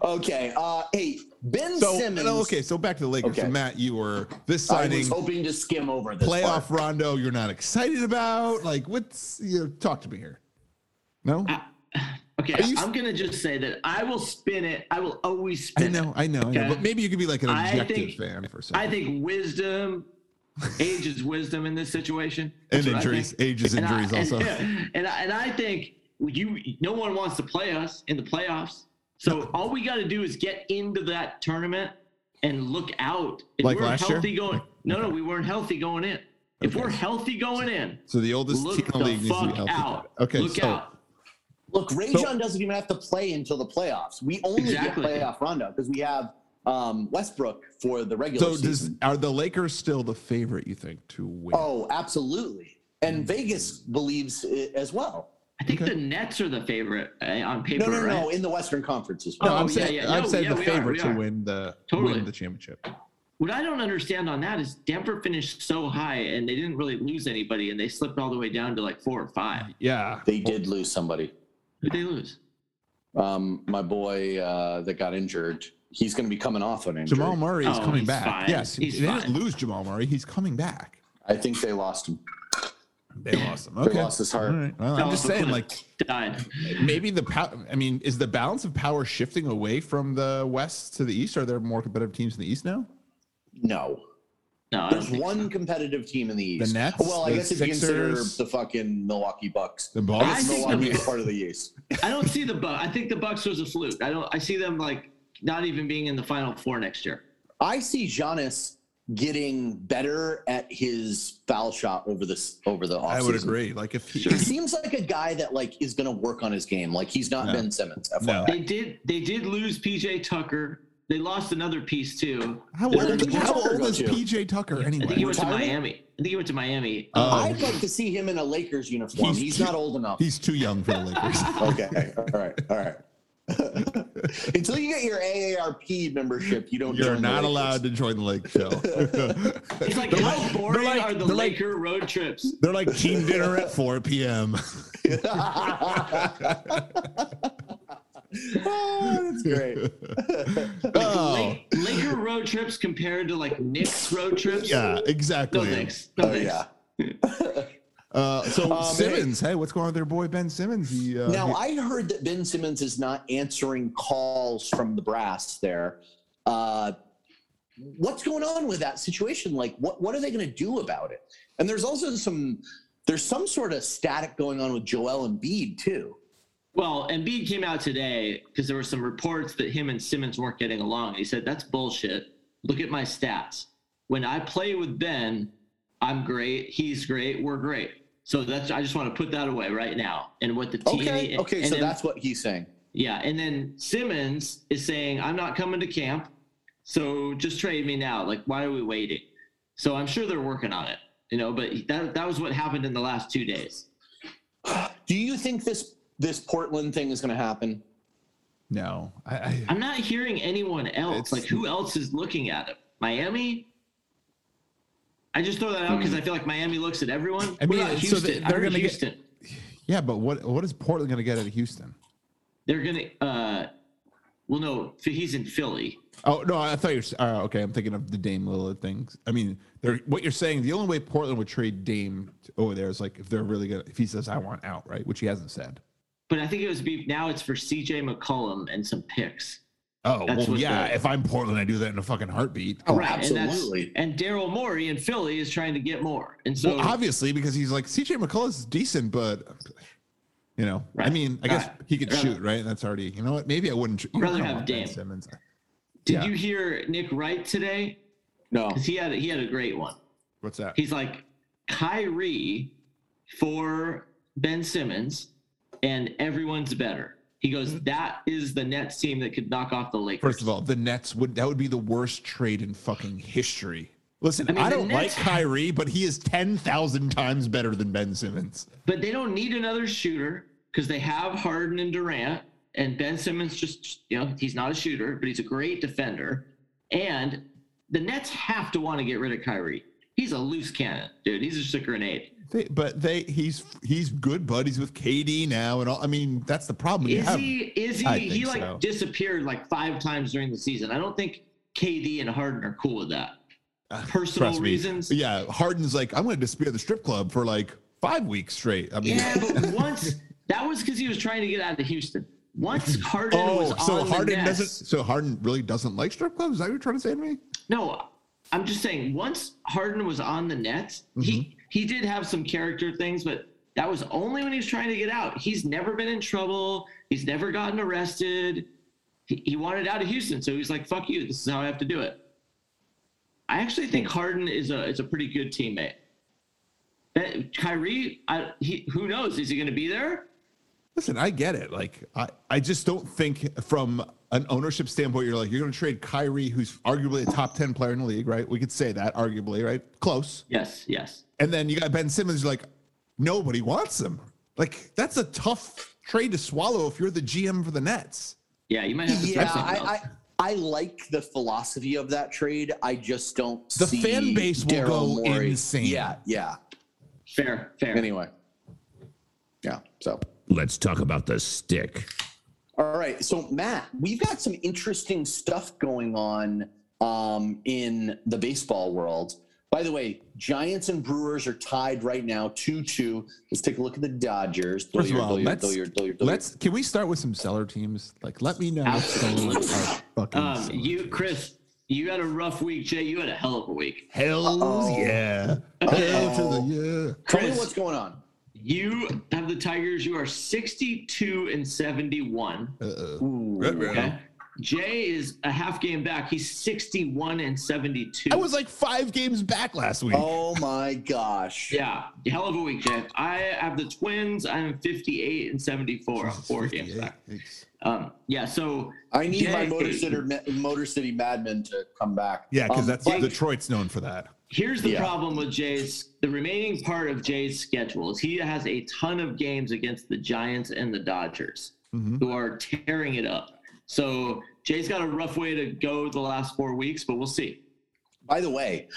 B: okay. Uh, hey, Ben
C: So
B: Simmons.
C: no, okay, so back to the Lakers. So
B: Okay.
C: Matt, you were this
B: I was
C: signing
B: hoping to skim over this part.
C: playoff Rondo. You're not excited about like what's you know, talk to me here. No, I,
D: okay,
C: you-
D: I'm gonna just say that I will spin it. I will always spin
C: know,
D: it.
C: I know, I know.
D: Okay.
C: But maybe you could be like an
D: I
C: objective
D: think-
C: fan for
D: I
C: something.
D: think wisdom, age is wisdom in this situation. That's
C: And
D: what I
C: injuries,
D: think.
C: ages
D: And I-
C: injuries also.
D: And, and, I, and I think you, no one wants to play us in the playoffs. So all we got to do is get into that tournament and look out. If
C: Like
D: we're
C: last year?
D: healthy going, no, no, we weren't healthy going in. If we're healthy going in,
C: So the oldest team
D: look
C: in the league
D: the
C: needs to be
D: fuck
C: healthy.
D: out.
C: Okay,
D: look
C: so
D: out.
B: Look, Rajon doesn't even have to play until the playoffs. We only
D: Exactly.
B: get playoff Rondo because we have um, Westbrook for the regular
C: so
B: season.
C: does are the Lakers still the favorite? You think to win?
B: oh, absolutely. And Vegas believes it as well.
D: I think the Nets are the favorite uh, on paper.
B: No, no,
D: right?
B: no. In the Western Conference as
C: no,
B: well.
D: oh,
C: I'm
D: yeah,
C: saying
D: yeah,
C: I'm
D: no,
C: saying
D: yeah,
C: the
D: we are,
C: favorite
D: we
C: to
D: are.
C: win the
D: Totally.
C: win the championship.
D: What I don't understand on that is Denver finished so high and they didn't really lose anybody and they slipped all the way down to like four or five.
C: Yeah,
B: They did lose somebody.
D: Who'd they lose?
B: Um, my boy uh, that got injured. He's going to be coming off an injury.
C: Jamal Murray is
D: Oh,
C: coming
D: he's
C: back.
D: fine.
C: Yes,
D: He's
C: they
D: fine.
C: didn't lose Jamal Murray. He's coming back.
B: I think they lost him.
C: They lost him. Okay.
B: lost his heart.
C: All right. Well, I'm
D: Oh,
C: just saying, like
D: died.
C: maybe the power. I mean, is the balance of power shifting away from the West to the East? Are there more competitive teams in the East now?
B: No.
D: No, I don't
B: There's
D: think
B: one competitive team in the East.
C: The Nets,
B: Well, I
C: the
B: guess if you
C: Sixers.
B: consider the fucking Milwaukee Bucks.
C: The
B: I guess
C: Bucks.
D: I think
B: Milwaukee
D: the-
B: is part of the East.
D: I don't see the Bucks. I think the Bucks was a fluke. I don't. I see them like not even being in the Final Four next year.
B: I see Giannis getting better at his foul shot over this over the offseason.
C: I would agree. Like if he,
B: He seems like a guy that like is going to work on his game. Like he's not
C: No.
B: Ben Simmons.
C: No.
B: FYI.
D: They did. They did lose PJ Tucker. They lost another piece too.
C: how
D: They're
C: old,
D: gonna-
C: how
B: Tucker
C: old
B: go
C: is
B: to?
C: PJ Tucker
D: I think he
C: anyway?
D: went to
B: Retirement?
D: Miami. I think he went to Miami.
C: Oh.
B: I'd like to see him in a Lakers uniform.
C: He's
B: He's,
C: too-
B: not old enough.
C: He's too young for the Lakers.
B: okay. All right. All right. Until you get your AARP membership, you don't. join
C: You're
B: the
C: not
B: Lakers.
C: allowed to join the Lake Show.
D: It's like how boring are the Laker road trips?
C: They're like team dinner at 4 p.m.
B: Ah, that's great.
C: oh,
D: Lake, Laker road trips compared to like Knicks road trips.
C: yeah,
D: No
C: exactly.
D: thanks. No
B: Oh
D: thanks.
B: yeah.
C: Uh, so
B: Um,
C: Simmons, hey, what's going on with their boy Ben Simmons? He, uh,
B: Now
C: he-
B: I heard that Ben Simmons is not answering calls from the brass there. Uh, what's going on with that situation? Like, what what are they going to do about it? And there's also some there's some sort of static going on with Joel Embiid too.
D: Well, Embiid came out today because there were some reports that him and Simmons weren't getting along. He said, That's bullshit. Look at my stats. When I play with Ben, I'm great. He's great. We're great. So that's I just want to put that away right now. And what the team
B: Okay,
D: and-
B: okay,
D: and
B: so
D: then-
B: that's what he's saying.
D: yeah. And then Simmons is saying, I'm not coming to camp. So just trade me now. Like, why are we waiting? So I'm sure they're working on it. You know, but that that was what happened in the last two days.
B: Do you think this this Portland thing is going to happen?
C: No, I, I
D: I'm not hearing anyone
C: It's-
D: else. like, who else is looking at him? Miami? I just throw that out because I feel like Miami looks at everyone.
C: Hmm. I
D: I
C: mean,
D: mean, what about
C: so
D: Houston?
C: they-
D: I
C: they're
D: heard
C: gonna get-
D: Houston.
C: yeah, but what what is Portland going to get out of Houston?
D: They're going to, uh, well, no, he's in Philly.
C: Oh no, I thought you were. Uh, okay, I'm thinking of the Dame Lillard things. I mean, they're, what you're saying. The only way Portland would trade Dame to- over there is like if they're really gonna. If he says I want out, right, which he hasn't said.
D: But I think it was be now it's for CJ McCollum and some picks.
C: Oh
D: That's
C: well,
D: what
C: yeah.
D: the-
C: if I'm Portland, I do that in a fucking heartbeat.
B: Oh,
D: and that's-
B: absolutely.
D: And, Daryl Morey in Philly is trying to get more. And so
C: well, obviously because he's like CJ McCullough's decent, but you know, I
D: Right.
C: mean, I guess
D: Right.
C: he could
D: Rather-
C: shoot, right? And that's already. You know what? Maybe I wouldn't. tr- you
D: Rather
C: know, I
D: have
C: want Ben
D: Dame.
C: Simmons.
D: did
C: yeah.
D: you hear Nick Wright today?
B: No.
D: Because he had he had a great one.
C: What's that?
D: He's like Kyrie for Ben Simmons, and everyone's better. He goes, that is the Nets team that could knock off the Lakers.
C: First of all, the Nets would that would be the worst trade in fucking history. Listen, I,
D: I mean, the
C: don't
D: Nets-
C: like Kyrie, but he is ten thousand times better than Ben Simmons.
D: But they don't need another shooter because they have Harden and Durant. And Ben Simmons just, you know, he's not a shooter, but he's a great defender. And the Nets have to want to get rid of Kyrie. He's a loose cannon, dude. He's just a grenade.
C: They, but they he's he's good buddies with KD now, and all. I mean that's the problem. You
D: Is
C: have-
D: he? Is
C: I
D: he? He
C: think
D: like
C: so.
D: disappeared like five times during the season. I don't think KD and Harden are cool with that. Personal
C: Uh, trust me.
D: reasons.
C: Yeah, Harden's like I'm going to disappear the strip club for like five weeks straight. I mean,
D: Yeah, but once that was because he was trying to get out of Houston. Once Harden was
C: oh,
D: on
C: so
D: the
C: Harden
D: Nets-
C: doesn't. So Harden really doesn't like strip clubs. Is that what you're trying to say to me?
D: No, I'm just saying. Once Harden was on the Nets, he he did have some character things, but that was only when he was trying to get out. He's never been in trouble. He's never gotten arrested. He, he wanted out of Houston, so he was like, "Fuck you. This is how I have to do it." I actually think Harden is a is a pretty good teammate. That Kyrie, I, he, who knows? Is he going to be there?
C: Listen, I get it. Like, I, I just don't think from an ownership standpoint, you're like, you're going to trade Kyrie, who's arguably a top 10 player in the league, right? We could say that, arguably, right? Close.
D: Yes, yes.
C: And then you got Ben Simmons, you're like, nobody wants him. Like, that's a tough trade to swallow if you're the GM for the Nets.
D: Yeah, you might have to.
B: Yeah,
D: try something else.
B: I, I I like the philosophy of that trade. I just don't.
C: The
B: see
C: fan base will
B: Daryl
C: go
B: Morey.
C: insane.
B: Yeah, yeah.
D: fair, fair.
B: Anyway, yeah. So,
G: Let's talk about the stick.
B: all right. So, Matt, we've got some interesting stuff going on um, in the baseball world. By the way, Giants and Brewers are tied right now, two-two. Let's take a look at the Dodgers.
C: First of
B: Doyer,
C: all,
B: Doyer,
C: let's-
B: Doyer, Doyer, Doyer.
C: Let's, can we start with some seller teams? Like, let me know.
D: Absolutely.
C: some of our fucking
D: Um,
C: seller
D: you,
C: teams.
D: Chris, you had a rough week. Jay, you had a hell of a week.
C: Hells
B: Uh-oh.
C: yeah. Hell to the yeah.
B: Tell me
D: Chris.
B: what's going on.
D: You have the Tigers. You are 62 and 71.
C: Uh-oh.
B: Ooh.
D: Okay. Jay is a half game back. He's 61 and 72.
C: I was like five games back last week.
B: Oh my gosh.
D: yeah, hell of a week, Jay. I have the Twins. I'm 58 and 74. I'm four games back. Um, yeah, so
B: I need my
D: Yay.
B: Motor City, Motor City Madman to come back.
C: Yeah, because
B: Um,
C: that's
B: but-
C: Detroit's known for that.
D: Here's the
B: Yeah.
D: problem with Jay's the remaining part of Jay's schedule is he has a ton of games against the Giants and the Dodgers,
C: Mhm.
D: who are tearing it up. So Jay's got a rough way to go the last four weeks, but we'll see.
B: By the way,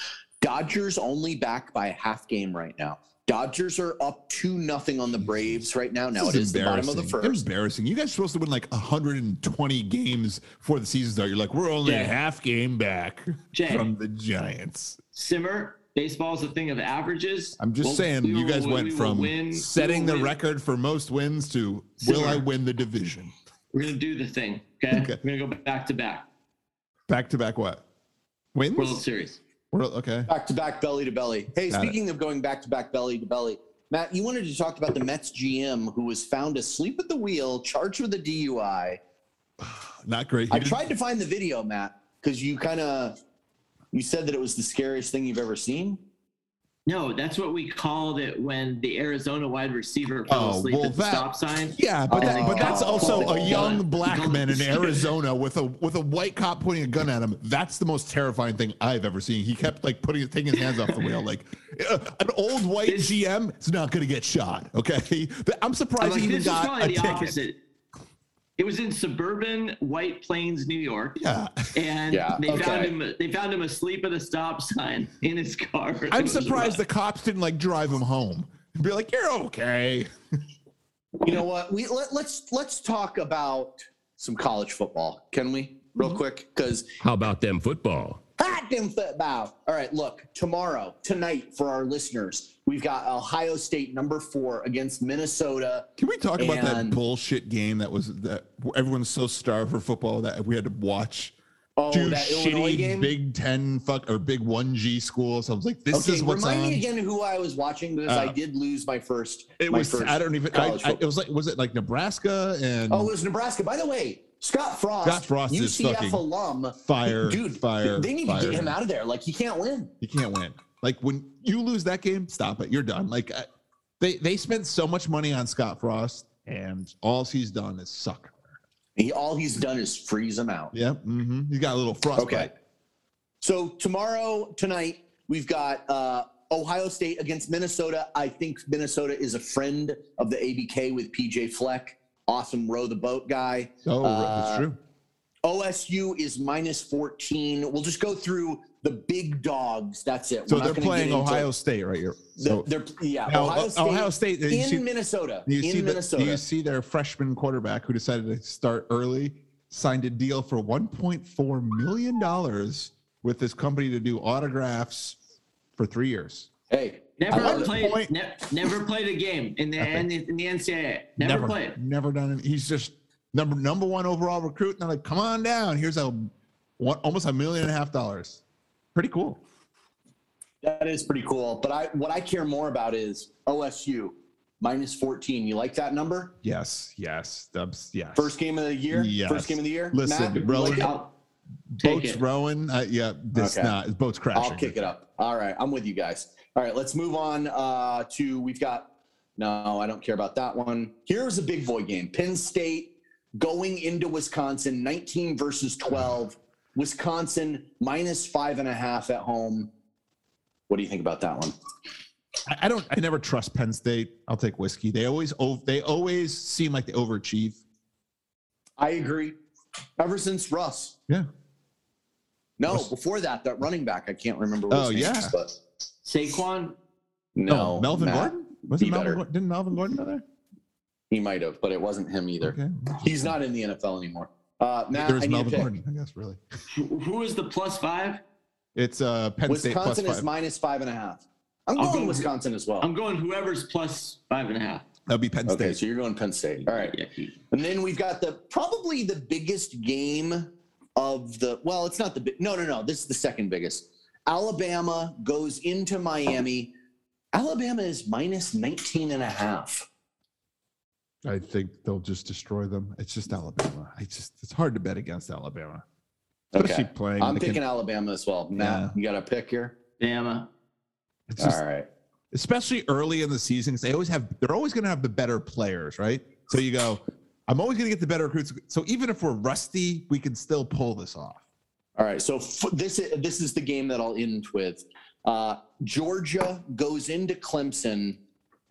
B: Dodgers only back by a half game right now. Dodgers are up two nothing on the Braves right now. Now it is the bottom of the first.
C: Embarrassing. You guys are supposed to win like 120 games before the season starts. You're like, we're only
D: Yeah.
C: a half game back
D: Jay.
C: from the Giants.
D: Simmer, baseball's a thing of averages.
C: I'm just
D: We'll-
C: saying,
D: we
C: you
D: will-
C: guys
D: we
C: went
D: will
C: from
D: win- we
C: setting the
D: will win.
C: record for most wins to will I
D: Sure.
C: win the division?
D: We're gonna do the thing. Okay,
C: Okay.
D: we're gonna go back to back
C: Back to back what? Wins?
D: World Series.
C: World- okay.
B: Back to back, belly to belly. Hey,
C: Got it.
B: speaking of going back to back, belly to belly, Matt, you wanted to talk about the Mets GM who was found asleep at the wheel, charged with a DUI.
C: Not great.
B: I tried to find the video, Matt, because you kind of you said that it was the scariest thing you've ever seen.
D: No, that's what we called it when the Arizona wide receiver fell
C: Oh,
D: asleep
C: well,
D: at the
C: that-
D: stop sign.
C: Yeah, but, that,
B: Oh.
C: but that's also
D: Oh.
C: a young black
D: Don't-
C: man in Arizona with a with a white cop pointing a gun at him. That's the most terrifying thing I've ever seen. He kept like putting his taking his hands off the wheel. Like uh, an old white
D: This-
C: GM is not going to get shot. Okay, But I'm surprised
D: I'm like,
C: he even
D: this is
C: got
D: probably
C: a
D: the
C: ticket.
D: opposite. It was in suburban White Plains, New York.
C: Yeah.
D: And
H: Yeah,
D: they found
H: okay.
D: him. They found him asleep at a stop sign in his car.
C: I'm surprised the cops didn't like drive him home. Be like, you're okay.
B: You know what? We let, let's let's talk about some college football, can we?
C: Mm-hmm.
B: Real quick, because
G: How about them football?
B: hot damn football. All right, look, tomorrow, tonight, for our listeners, we've got Ohio State number four against Minnesota.
C: Can we talk about that
B: And-
C: bullshit game that was that everyone's so starved for football that we had to watch
B: Oh,
C: two
B: that Illinois
C: shitty
B: game.
C: Big Ten fuck or Big One G schools? I was like, this
B: okay,
C: is what's
B: remind
C: on.
B: me again who I was watching because I
C: Uh,
B: did lose my first.
C: It
B: my
C: was
B: first
C: I don't even. I,
B: college
C: I, it
B: football.
C: was like was it like Nebraska and
B: oh, it was Nebraska. By the way, Scott Frost,
C: Scott Frost
B: UCF
C: is fucking
B: alum,
C: fire,
B: dude,
C: fire,
B: They need to
C: fire.
B: get him out of there. Like he can't win.
C: You can't win. Like when you lose that game, stop it. You're done. Like I, they they spent so much money on Scott Frost, and all he's done is suck.
B: He, all he's done is freeze him out.
C: Yeah, mm-hmm. you got a little frost.
B: Okay. So tomorrow, tonight, we've got uh, Ohio State against Minnesota. I think Minnesota is a friend of the ABK with PJ Fleck, awesome row the boat guy.
C: Oh,
B: Uh,
C: that's true.
B: OSU is minus 14. We'll just go through the big dogs. That's it.
C: So
B: We're not
C: they're
B: gonna get
C: playing
B: into-
C: Ohio State right here.
B: the-
C: So
B: they're, yeah,
C: Now, uh,
B: Ohio State,
C: Ohio State, you
B: in
C: see-
B: Minnesota.
C: you
B: in
C: see the,
B: Minnesota.
C: you see their freshman quarterback who decided to start early signed a deal for 1.4 million dollars with this company to do autographs for three years.
B: hey, I love
D: never
B: it.
D: played
C: point-
D: ne- never played a game in the in the, in the NCAA. Never, played.
C: Never done it. He's just number number one overall recruit. And they're like, come on down. Here's a one, almost a million and a half dollars. Pretty cool.
B: That is pretty cool. But I what I care more about is OSU minus 14. You like that number?
C: Yes, yes, Dubs. Yes.
B: First game of the year.
C: Yes.
B: First game of the year.
C: Listen,
B: Matt,
C: bro,
B: like it?
D: I'll take
C: boat's
D: it.
C: rowing. Uh, yeah, this
B: Okay.
C: not. His boat's crashing.
B: I'll kick it up. All right, I'm with you guys. All right, let's move on uh, to we've got. No, I don't care about that one. Here's a big boy game: Penn State going into Wisconsin, 19 versus 12. Wisconsin minus five and a half at home. What do you think about that one?
C: I, I don't. I never trust Penn State. I'll take whiskey. They always. ov- They always seem like they overachieve.
B: I agree. Ever since Russ.
C: Yeah.
B: No,
C: Russ.
B: before that, that running back, I can't remember. What
C: Oh,
B: his name
C: yeah.
B: is, but
D: Saquon.
B: no,
C: Oh, Melvin
B: Matt,
C: Gordon. Was it
B: be
C: Melvin?
B: better.
C: Gordon? Didn't Melvin Gordon go there?
B: He might have, but it wasn't him either.
C: Okay.
B: He's not in the NFL anymore. Uh, Matt,
C: There's
B: I need a
C: Melvin
B: pick.
C: Gordon. I guess really.
D: Who who is the plus five?
C: It's uh Penn State plus
B: Wisconsin
C: five.
B: is minus five and a half. I'm
D: I'll
B: going
D: go-
B: Wisconsin as well.
D: I'm going whoever's plus five and a half.
C: That'd be Penn State.
B: okay, so you're going Penn State. All right.
D: Yucky.
B: And then we've got the probably the biggest game of the well, it's not the big no, no, no. This is the second biggest. Alabama goes into Miami. Alabama is minus 19 and a half.
C: I think they'll just destroy them. It's just Alabama. I just it's hard to bet against Alabama, especially
B: Okay.
C: playing.
B: I'm
C: the Ken-
B: picking Alabama as well.
C: Yeah.
B: Matt, you got a pick here?
D: Bama.
C: it's just-
B: All right.
C: especially early in the season 'cause they always have they're always going to have the better players, right? So you go, I'm always going to get the better recruits. So even if we're rusty, we can still pull this off.
B: All right, so f- this is this is the game that I'll end with. Uh, Georgia goes into Clemson,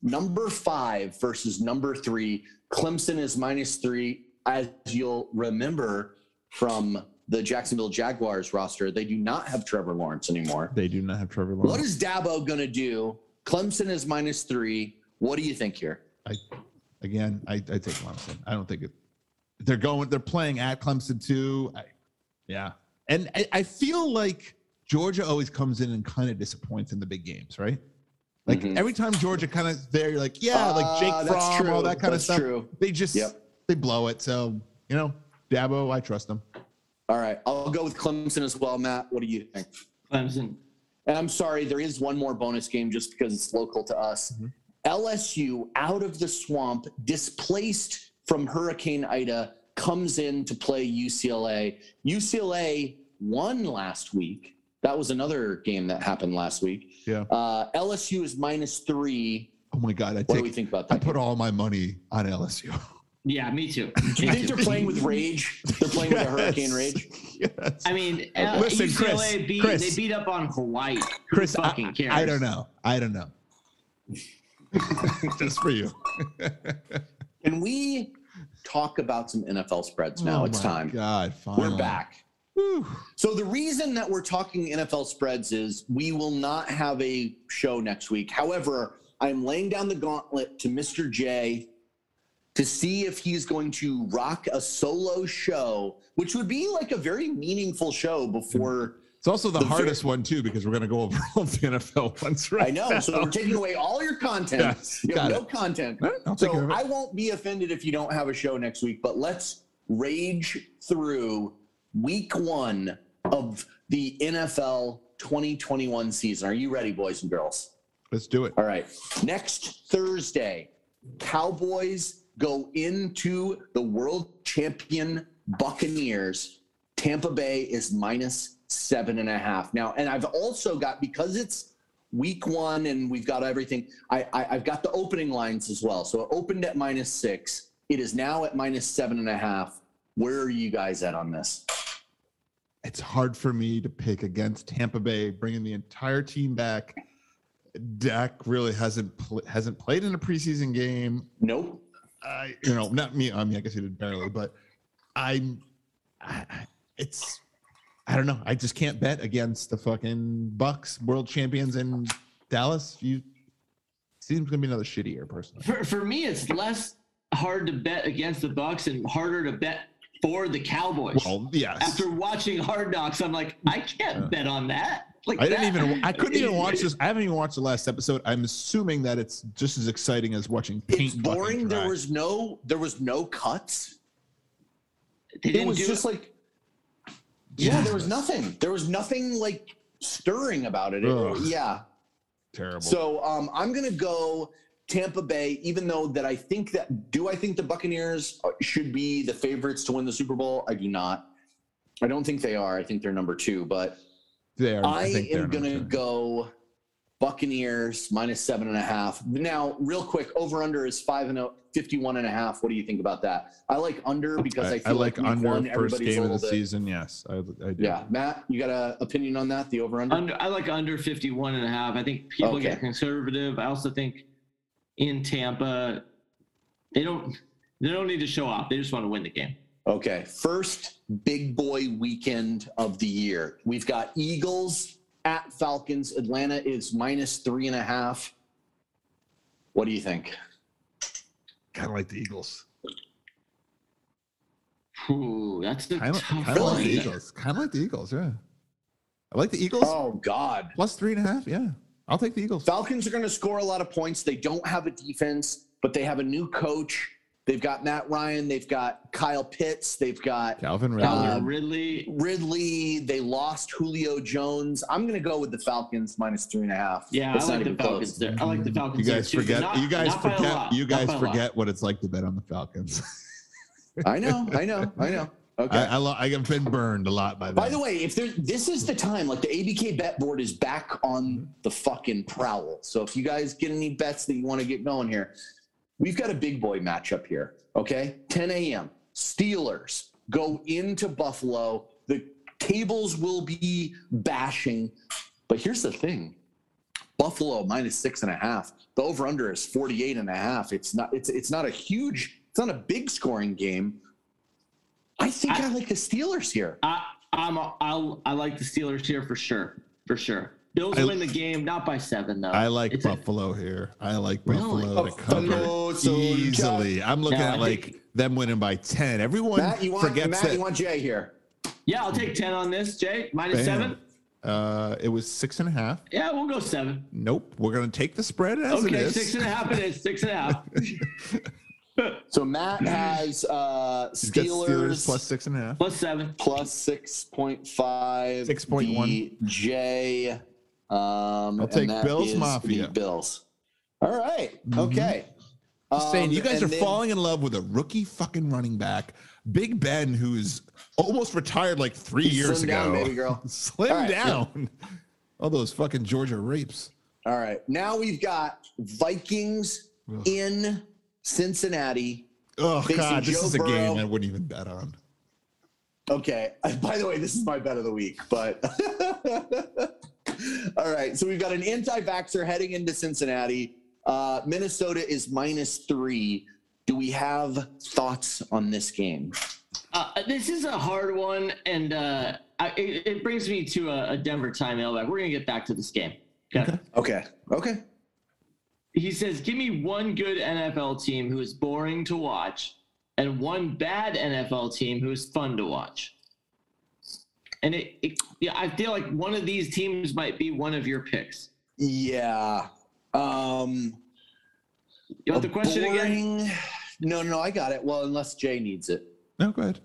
B: number five versus number three. Clemson is minus three, as you'll remember from the Jacksonville Jaguars roster. They do not have Trevor Lawrence anymore.
C: They do not have Trevor Lawrence.
B: What is Dabo going to do? Clemson is minus three. What do you think here?
C: Again, I, I take Clemson. I don't think it. They're going. They're playing at Clemson too. I, yeah, and I, I feel like Georgia always comes in and kind of disappoints in the big games, right? Like
B: Mhm.
C: every time Georgia kind of there, you're like, yeah, like
B: Uh,
C: Jake
B: that's
C: Fromm, all
B: true.
C: that kind
B: That's
C: of stuff.
B: True.
C: They just
B: Yep.
C: they blow it. So you know, Dabo, I trust him.
B: All right, I'll go with Clemson as well, Matt. What do you think?
D: Clemson.
B: And I'm sorry, there is one more bonus game just because it's local to us.
C: Mm-hmm.
B: LSU out of the swamp, displaced from Hurricane Ida, comes in to play UCLA. UCLA won last week. That was another game that happened last week.
C: Yeah.
B: Uh, LSU is minus three.
C: Oh my God, I
B: What do we
C: take.
B: think about
C: I
B: that?
C: put all my money on LSU.
D: Yeah, me too.
B: Do you
D: Me
B: think
D: too.
B: they're playing with rage? They're playing with a hurricane rage.
C: yes.
D: I mean, uh,
C: Listen,
D: UCLA
C: Chris,
D: beat
C: Chris.
D: they beat up on Hawaii. Who
C: Chris, I-
D: fucking cares?
C: I don't know. I don't know. Just for you.
B: Can we talk about some NFL spreads now. it's time.
C: Oh God,
B: We're
C: finally.
B: back.
C: Whew.
B: So the reason that we're talking NFL spreads is we will not have a show next week. However, I'm laying down the gauntlet to Mr. J to see if he's going to rock a solo show, which would be like a very meaningful show before
C: It's also the,
B: The very-
C: hardest one too because we're going to go over all the NFL ones right
B: I know. So we're taking away all your content.
C: Yes,
B: you have
C: got
B: no content.
C: All right, I'll take care
B: So
C: of it.
B: I won't be offended if you don't have a show next week, but let's rage through week one of the NFL 2021 season. Are you ready, boys and girls?
C: Let's do it.
B: All right. Next Thursday, Cowboys go into the world champion Buccaneers. Tampa Bay is minus seven and a half now. And I've also got, because it's week one and we've got everything, I, I, I've got the opening lines as well. So it opened at minus six. It is now at minus seven and a half. Where are you guys at on this?
C: It's hard for me to pick against Tampa Bay bringing the entire team back. Dak really hasn't pl- hasn't played in a preseason game.
B: Nope.
C: I you know not me. I mean, I guess he did barely, but I'm. I, I- it's I don't know. I just can't bet against the fucking Bucks, world champions in Dallas. You seems gonna be another shitty year, personally.
D: For, for me, it's less hard to bet against the Bucks and harder to bet for the Cowboys.
C: Well, yes.
D: After watching Hard Knocks, I'm like, I can't bet on that. Like
C: I didn't
D: that-
C: even. I couldn't even watch this. I haven't even watched the last episode. I'm assuming that it's just as exciting as watching paint.
B: It's boring.
C: fucking dry.
B: There was no there was no cuts.
D: They
B: it
D: didn't
B: was
D: do
B: just
D: it.
B: like yeah there was nothing there was nothing like stirring about it, It-
C: Ugh.
B: yeah
C: terrible.
B: so um i'm gonna go tampa bay even though that i think that do i think the buccaneers uh, should be the favorites to win the super bowl i do not i don't think they are i think they're number two but
C: there,
B: I,
C: think they're
B: am going to
C: number two.
B: go Buccaneers minus seven and a half. Now, real quick, over under is five and a, 51 and a half. What do you think about that? I like under because I,
C: I,
B: feel
C: I like
B: week
C: under
B: one,
C: first
B: everybody's a
C: game of the
B: little bit-
C: season. Yes, I, I do.
B: Yeah. Matt, you got an opinion on that? The over under?
D: Under, I like under 51 and a half. I think people
B: Okay.
D: get conservative. I also think in Tampa, they don't they don't need to show off. They just want to win the game.
B: Okay. First big boy weekend of the year. We've got Eagles at Falcons. Atlanta is minus three and a half. What do you think?
C: kind of like the Eagles.
D: Ooh, that's a
C: Kind of,
D: tough
C: kind of like the
D: one.
C: Eagles. Kind of like the Eagles. Yeah, I like the Eagles
B: Oh, God.
C: plus three and a half. Yeah, I'll take the Eagles.
B: Falcons are going to score a lot of points. They don't have a defense, but they have a new coach. They've got Matt Ryan. They've got Kyle Pitts. They've got
C: Calvin Ridley.
D: Calvin
B: Um,
D: Ridley.
B: Ridley. They lost Julio Jones. I'm going to go with the Falcons minus three and a half.
D: Yeah,
B: That's
D: I
B: not
D: like the
B: even close.
D: Falcons there. I like the Falcons.
C: Mm-hmm. you guys
D: there too, but
C: forget.
D: not-
C: you guys
D: not by a
C: forget.
D: lot.
C: You
D: Not
C: guys
D: by a lot.
C: forget what it's like to bet on the Falcons.
B: I know. I know. I know. Okay.
C: I, I, lo- I have been burned a lot by that.
B: By the way, if there, this is the time, like the ABK bet board is back on the fucking prowl. So if you guys get any bets that you want to get going here, we've got a big boy matchup here. Okay, 10 a.m. Steelers go into Buffalo. The tables will be bashing. But here's the thing: Buffalo minus six and a half. The over under is 48 and a half. It's not. It's it's not a huge. It's not a big scoring game. I think
D: I-
B: I like the Steelers here.
D: I, I'm a, I'll, I like the Steelers here for sure, for sure. Bills
C: I-
D: win the game, not by seven though.
C: I like
D: It's a-
C: Buffalo here. I like
D: Really? Oh,
C: Buffalo to cover
B: Buffalo soldier.
C: easily. I'm looking
D: Now,
C: at
D: I think-
C: like them winning by ten. Everyone
B: Matt, you want
C: forgets
B: Matt,
C: that.
B: you want Jay here.
D: yeah, I'll take ten on this. Jay minus
C: Bam.
D: seven.
C: Uh, it was six and a half.
D: Yeah, we'll go seven.
C: Nope. We're gonna take the spread as it
D: Okay,
C: is.
D: six and a half. It is six and a half.
B: So Matt has uh
C: He's got
B: Steelers,
C: Steelers plus six and a half.
D: Plus seven.
B: plus six point five.
C: 6.1.
B: Jay. Um
C: I'll take
B: and that
C: Bills
B: is
C: Mafia. Mm-hmm.
B: the Bills. All right. Okay. Um,
C: Just saying, you guys
B: and
C: are
B: then-
C: falling in love with a rookie fucking running back, Big Ben, who's almost retired like three
B: He
C: years
B: slimmed
C: ago.
B: down, baby girl.
C: Slim
B: All right.
C: down. All those fucking Georgia rapes.
B: All right. Now we've got Vikings
C: Ugh.
B: in Cincinnati.
C: Oh
B: Facing
C: god, this
B: Joe
C: is a game
B: Burrow.
C: I wouldn't even bet on.
B: Okay. By the way, this is my bet of the week, but all right. So we've got an anti-vaxxer heading into Cincinnati. Uh, Minnesota is minus three. Do we have thoughts on this game?
D: Uh, this is a hard one, and uh, I, it, it brings me to a, a Denver time mailbag. We're gonna get back to this game. Okay.
B: Okay. Okay.
D: He says, "Give me one good NFL team who is boring to watch, and one bad NFL team who is fun to watch." And it, it yeah, I feel like one of these teams might be one of your picks.
B: Yeah. Um
D: You want
B: a
D: the question again?
B: boring- No, no, I got it. Well, unless Jay needs it.
C: No, go ahead.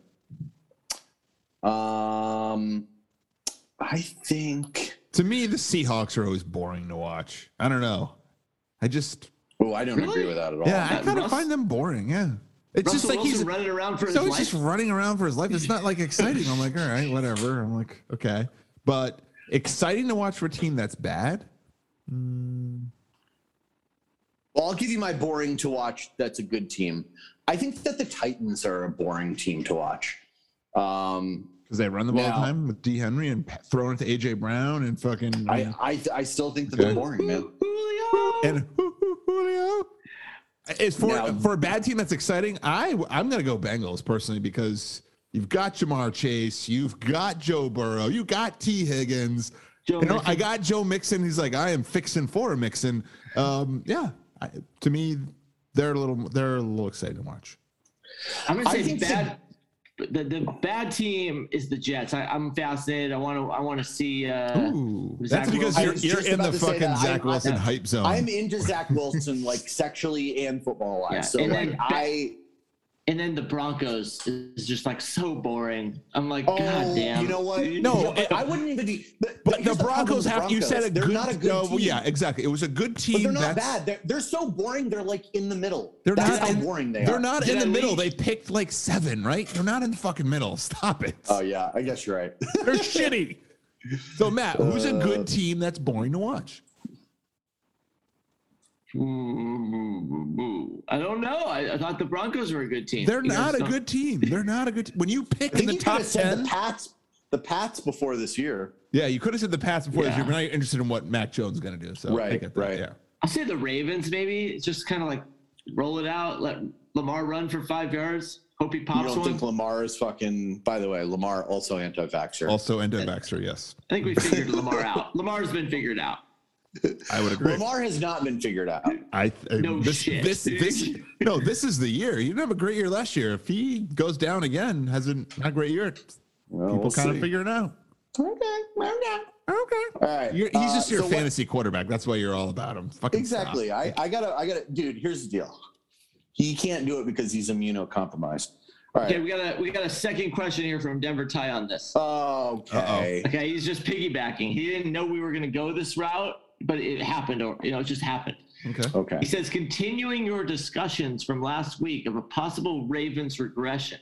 B: Um I think
C: To me, the Seahawks are always boring to watch. I don't know. I just
B: Oh, I don't
D: Really?
B: agree with that at all.
C: yeah, I
D: that
C: kind of
D: Russ-
C: find them boring. Yeah, it's
D: Russell
C: just like
D: Wilson
C: he's
D: running around for his
C: so he's
D: life.
C: just running around for his life. It's not like exciting. I'm like, all right, whatever. I'm like, okay, but exciting to watch for a team that's bad.
D: Mm.
B: Well, I'll give you my boring to watch. That's a good team. I think that the Titans are a boring team to watch. Um,
C: Because they run the ball all the
B: No.
C: time with D. Henry and pa- throwing it to AJ Brown and fucking
B: I, I, I still think that they're
C: Okay.
B: boring, man.
D: Julio!
C: and Julio. It's for
B: Now-
C: for a bad team that's exciting. I I'm gonna go Bengals personally because you've got Jamar Chase, you've got Joe Burrow, you got T Higgins.
D: Joe
C: you know, I
D: Mixon.
C: got Joe Mixon. He's like, I am fixing for Mixon. Um, yeah, I, to me, they're a little they're a little exciting to watch.
D: I'm gonna
B: I
D: say
B: think so.
D: bad. The, the bad team is the Jets. I, I'm fascinated. I want to. I want to see. Uh,
C: Ooh,
D: Zach
C: that's because
D: Wilson.
B: I was
C: you're,
B: just
C: you're in
B: about
C: the
B: to say
C: fucking
B: that. I-
C: Zach
B: I-
C: Wilson hype zone.
B: I'm into Zach Wilson, like sexually and football wise.
D: Yeah,
B: so
D: and
B: like
D: then-
B: I,
D: and then the Broncos is just like so boring. I'm like,
B: oh,
D: God damn.
B: you know what?
C: No,
B: I- I wouldn't even be. But,
C: but the
B: here's problem
C: Broncos
B: with
C: have you said a
B: they're
C: good,
B: not a good
C: no,
B: team.
C: yeah, exactly. It was a good team.
B: but they're not
C: that's-
B: bad. They're, they're so boring. They're like in the middle.
C: They're
B: That's
C: not
B: how
C: in-
B: boring they
C: They're
B: are.
C: not
D: Did
C: in
D: I
C: the middle. They
D: leave?
C: picked like seven, right? They're not in the fucking middle. Stop it.
B: Oh yeah, Uh, I guess you're right.
C: They're shitty. So Matt, who's a good team that's boring to watch?
D: Ooh, I don't know. I, I thought the Broncos were a good team.
C: They're
D: You know,
C: not a
D: so-
C: good team. They're not a good. When you pick
B: I think
C: in the
B: you could
C: top
B: have said
C: ten,
B: the Pats, the Pats before this year.
C: yeah, you could have said the pass before this
D: Yeah.
C: year, but now you're interested in what Mac Jones is going to do. So I
B: Right,
C: get that,
B: right.
C: Yeah.
D: I'll say the Ravens. Maybe it's just kind of like roll it out. Let Lamar run for five yards. Hope he
B: You
D: pops
B: don't
D: one.
B: think Lamar is fucking? By the way, Lamar also anti-vaxxer.
C: Also, Endo Baxter. Yes,
D: I think we figured Lamar out. Lamar's been figured out.
C: I would agree.
B: Lamar has not been figured out.
C: I th-
D: No
C: this,
D: shit,
C: this
D: dude.
C: this no, this is the year. He didn't have a great year last year. If he goes down again, has a not a great year.
B: Well,
C: People
B: we'll
C: kind of
B: see.
C: figure it out.
B: Okay, okay.
C: Okay.
B: All right.
C: You're, he's
B: uh,
C: just your
B: so what-
C: fantasy quarterback. That's why you're all about him. Fucking
B: exactly.
C: stop.
B: I, I gotta, I gotta, dude. Here's the deal. He can't do it because he's immunocompromised. All right.
D: Okay, we got a we got a second question here from Denver Ty on this.
B: Okay.
D: Okay, he's just piggybacking. He didn't know we were going to go this route, but it happened, or you know, it just happened.
C: Okay.
B: Okay.
D: He says, continuing your discussions from last week of a possible Ravens regression,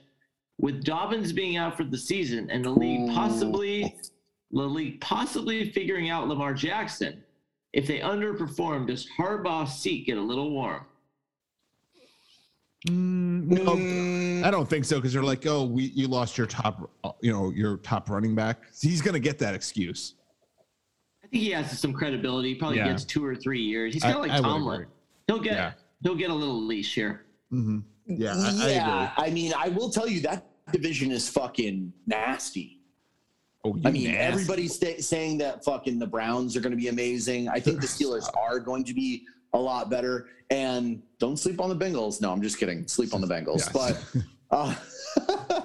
D: with Dobbins being out for the season and the league possibly, the league possibly figuring out Lamar Jackson. If they underperform, does Harbaugh's seat get a little warm?
C: Mm,
B: Mm.
C: I don't think so because you're like, oh, we you lost your top, uh, you know, your top running back. He's gonna get that excuse.
D: I think he has some credibility. He probably
C: Yeah.
D: gets two or three years. He's
C: I-
D: kind of like
C: I would
D: Tomlin.
C: agree.
D: He'll get
C: Yeah.
D: he'll get a little leash here.
C: Mm-hmm. Yeah, I, I agree.
B: yeah. I, mean, I will tell you that division is fucking nasty.
C: Oh, you
B: I mean,
C: nasty.
B: everybody's sta saying that fucking the Browns are going to be amazing. I think the Steelers are going to be a lot better. And don't sleep on the Bengals. No, I'm just kidding. Sleep on the Bengals.
C: Yes.
B: But, uh,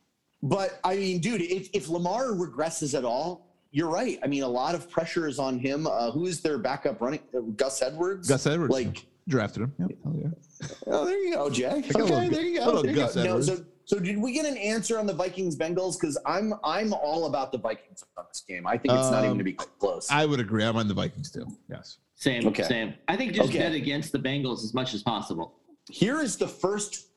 B: but I mean, dude, if, if Lamar regresses at all, you're right. I mean, a lot of pressure is on him. Uh, who is their backup running? Uh, Gus Edwards.
C: Gus Edwards
B: Like,
C: drafted him. Yep, hell yeah.
B: oh, there you go, Jay.
C: got a little
B: Okay,
C: Gu-
B: there you
C: a little
B: go. There you
C: Gus
B: go. No,
C: Edwards.
B: so, so did we get an answer on the Vikings Bengals? Because I'm I'm all about the Vikings on this game. I think it's not even going
C: Um,
B: to be close.
C: I would agree. I'm on the Vikings too. Yes.
D: Same,
B: Okay.
D: same. I think just
B: Okay.
D: bet against the Bengals as much as possible.
B: Here is the first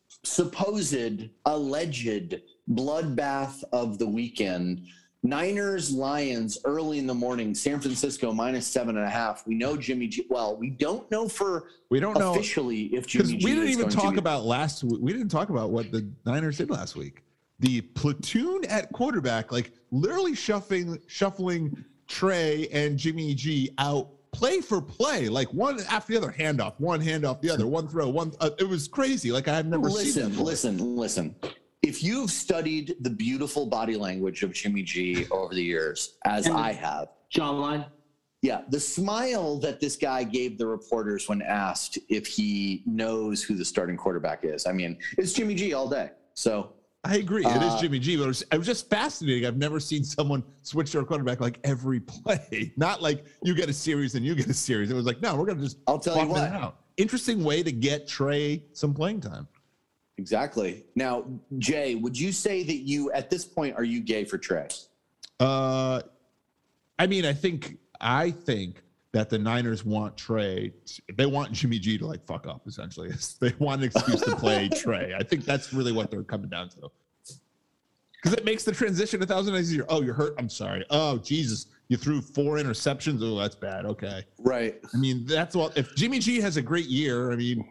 B: supposed alleged bloodbath of the weekend. Niners Lions early in the morning. San Francisco minus seven and a half. We know Jimmy G. Well, we don't know for
C: We don't know
B: officially if
C: because
B: Jimmy
C: we
B: G.
C: didn't
B: is
C: even
B: going to
C: talk
B: be-
C: about last. We didn't talk about what the Niners did last week. The platoon at quarterback, like literally shuffling, shuffling Trey and Jimmy G out play for play, like one after the other, handoff, one handoff, the other, one throw, one. Uh, it was crazy. Like I had never seen. it
B: Listen,
C: before.
B: listen, listen. If you've studied the beautiful body language of Jimmy G over the years, as
D: And-
B: I have,
D: Jawline.
B: yeah, the smile that this guy gave the reporters when asked if he knows who the starting quarterback is. I mean, it's Jimmy G all day. So
C: I agree. it
B: Uh,
C: is Jimmy G, but it was, it was just fascinating. I've never seen someone switch their quarterback like every play. Not like you get a series and you get a series. It was like, no, we're gonna just
B: I'll tell you
C: swap
B: what.
C: it out. Interesting way to get Trey some playing time.
B: Exactly. Now, Jay, would you say that you, at this point, are you gay for Trey?
C: Uh, I mean, I think I think that the Niners want Trey. They want Jimmy G to like fuck up. Essentially, they want an excuse to play Trey. I think that's really what they're coming down to. Because it makes the transition a thousand times easier. Oh, you're hurt. I'm sorry. Oh, Jesus, you threw four interceptions. Oh, that's bad. Okay.
B: Right.
C: I mean, that's what if Jimmy G has a great year. I mean,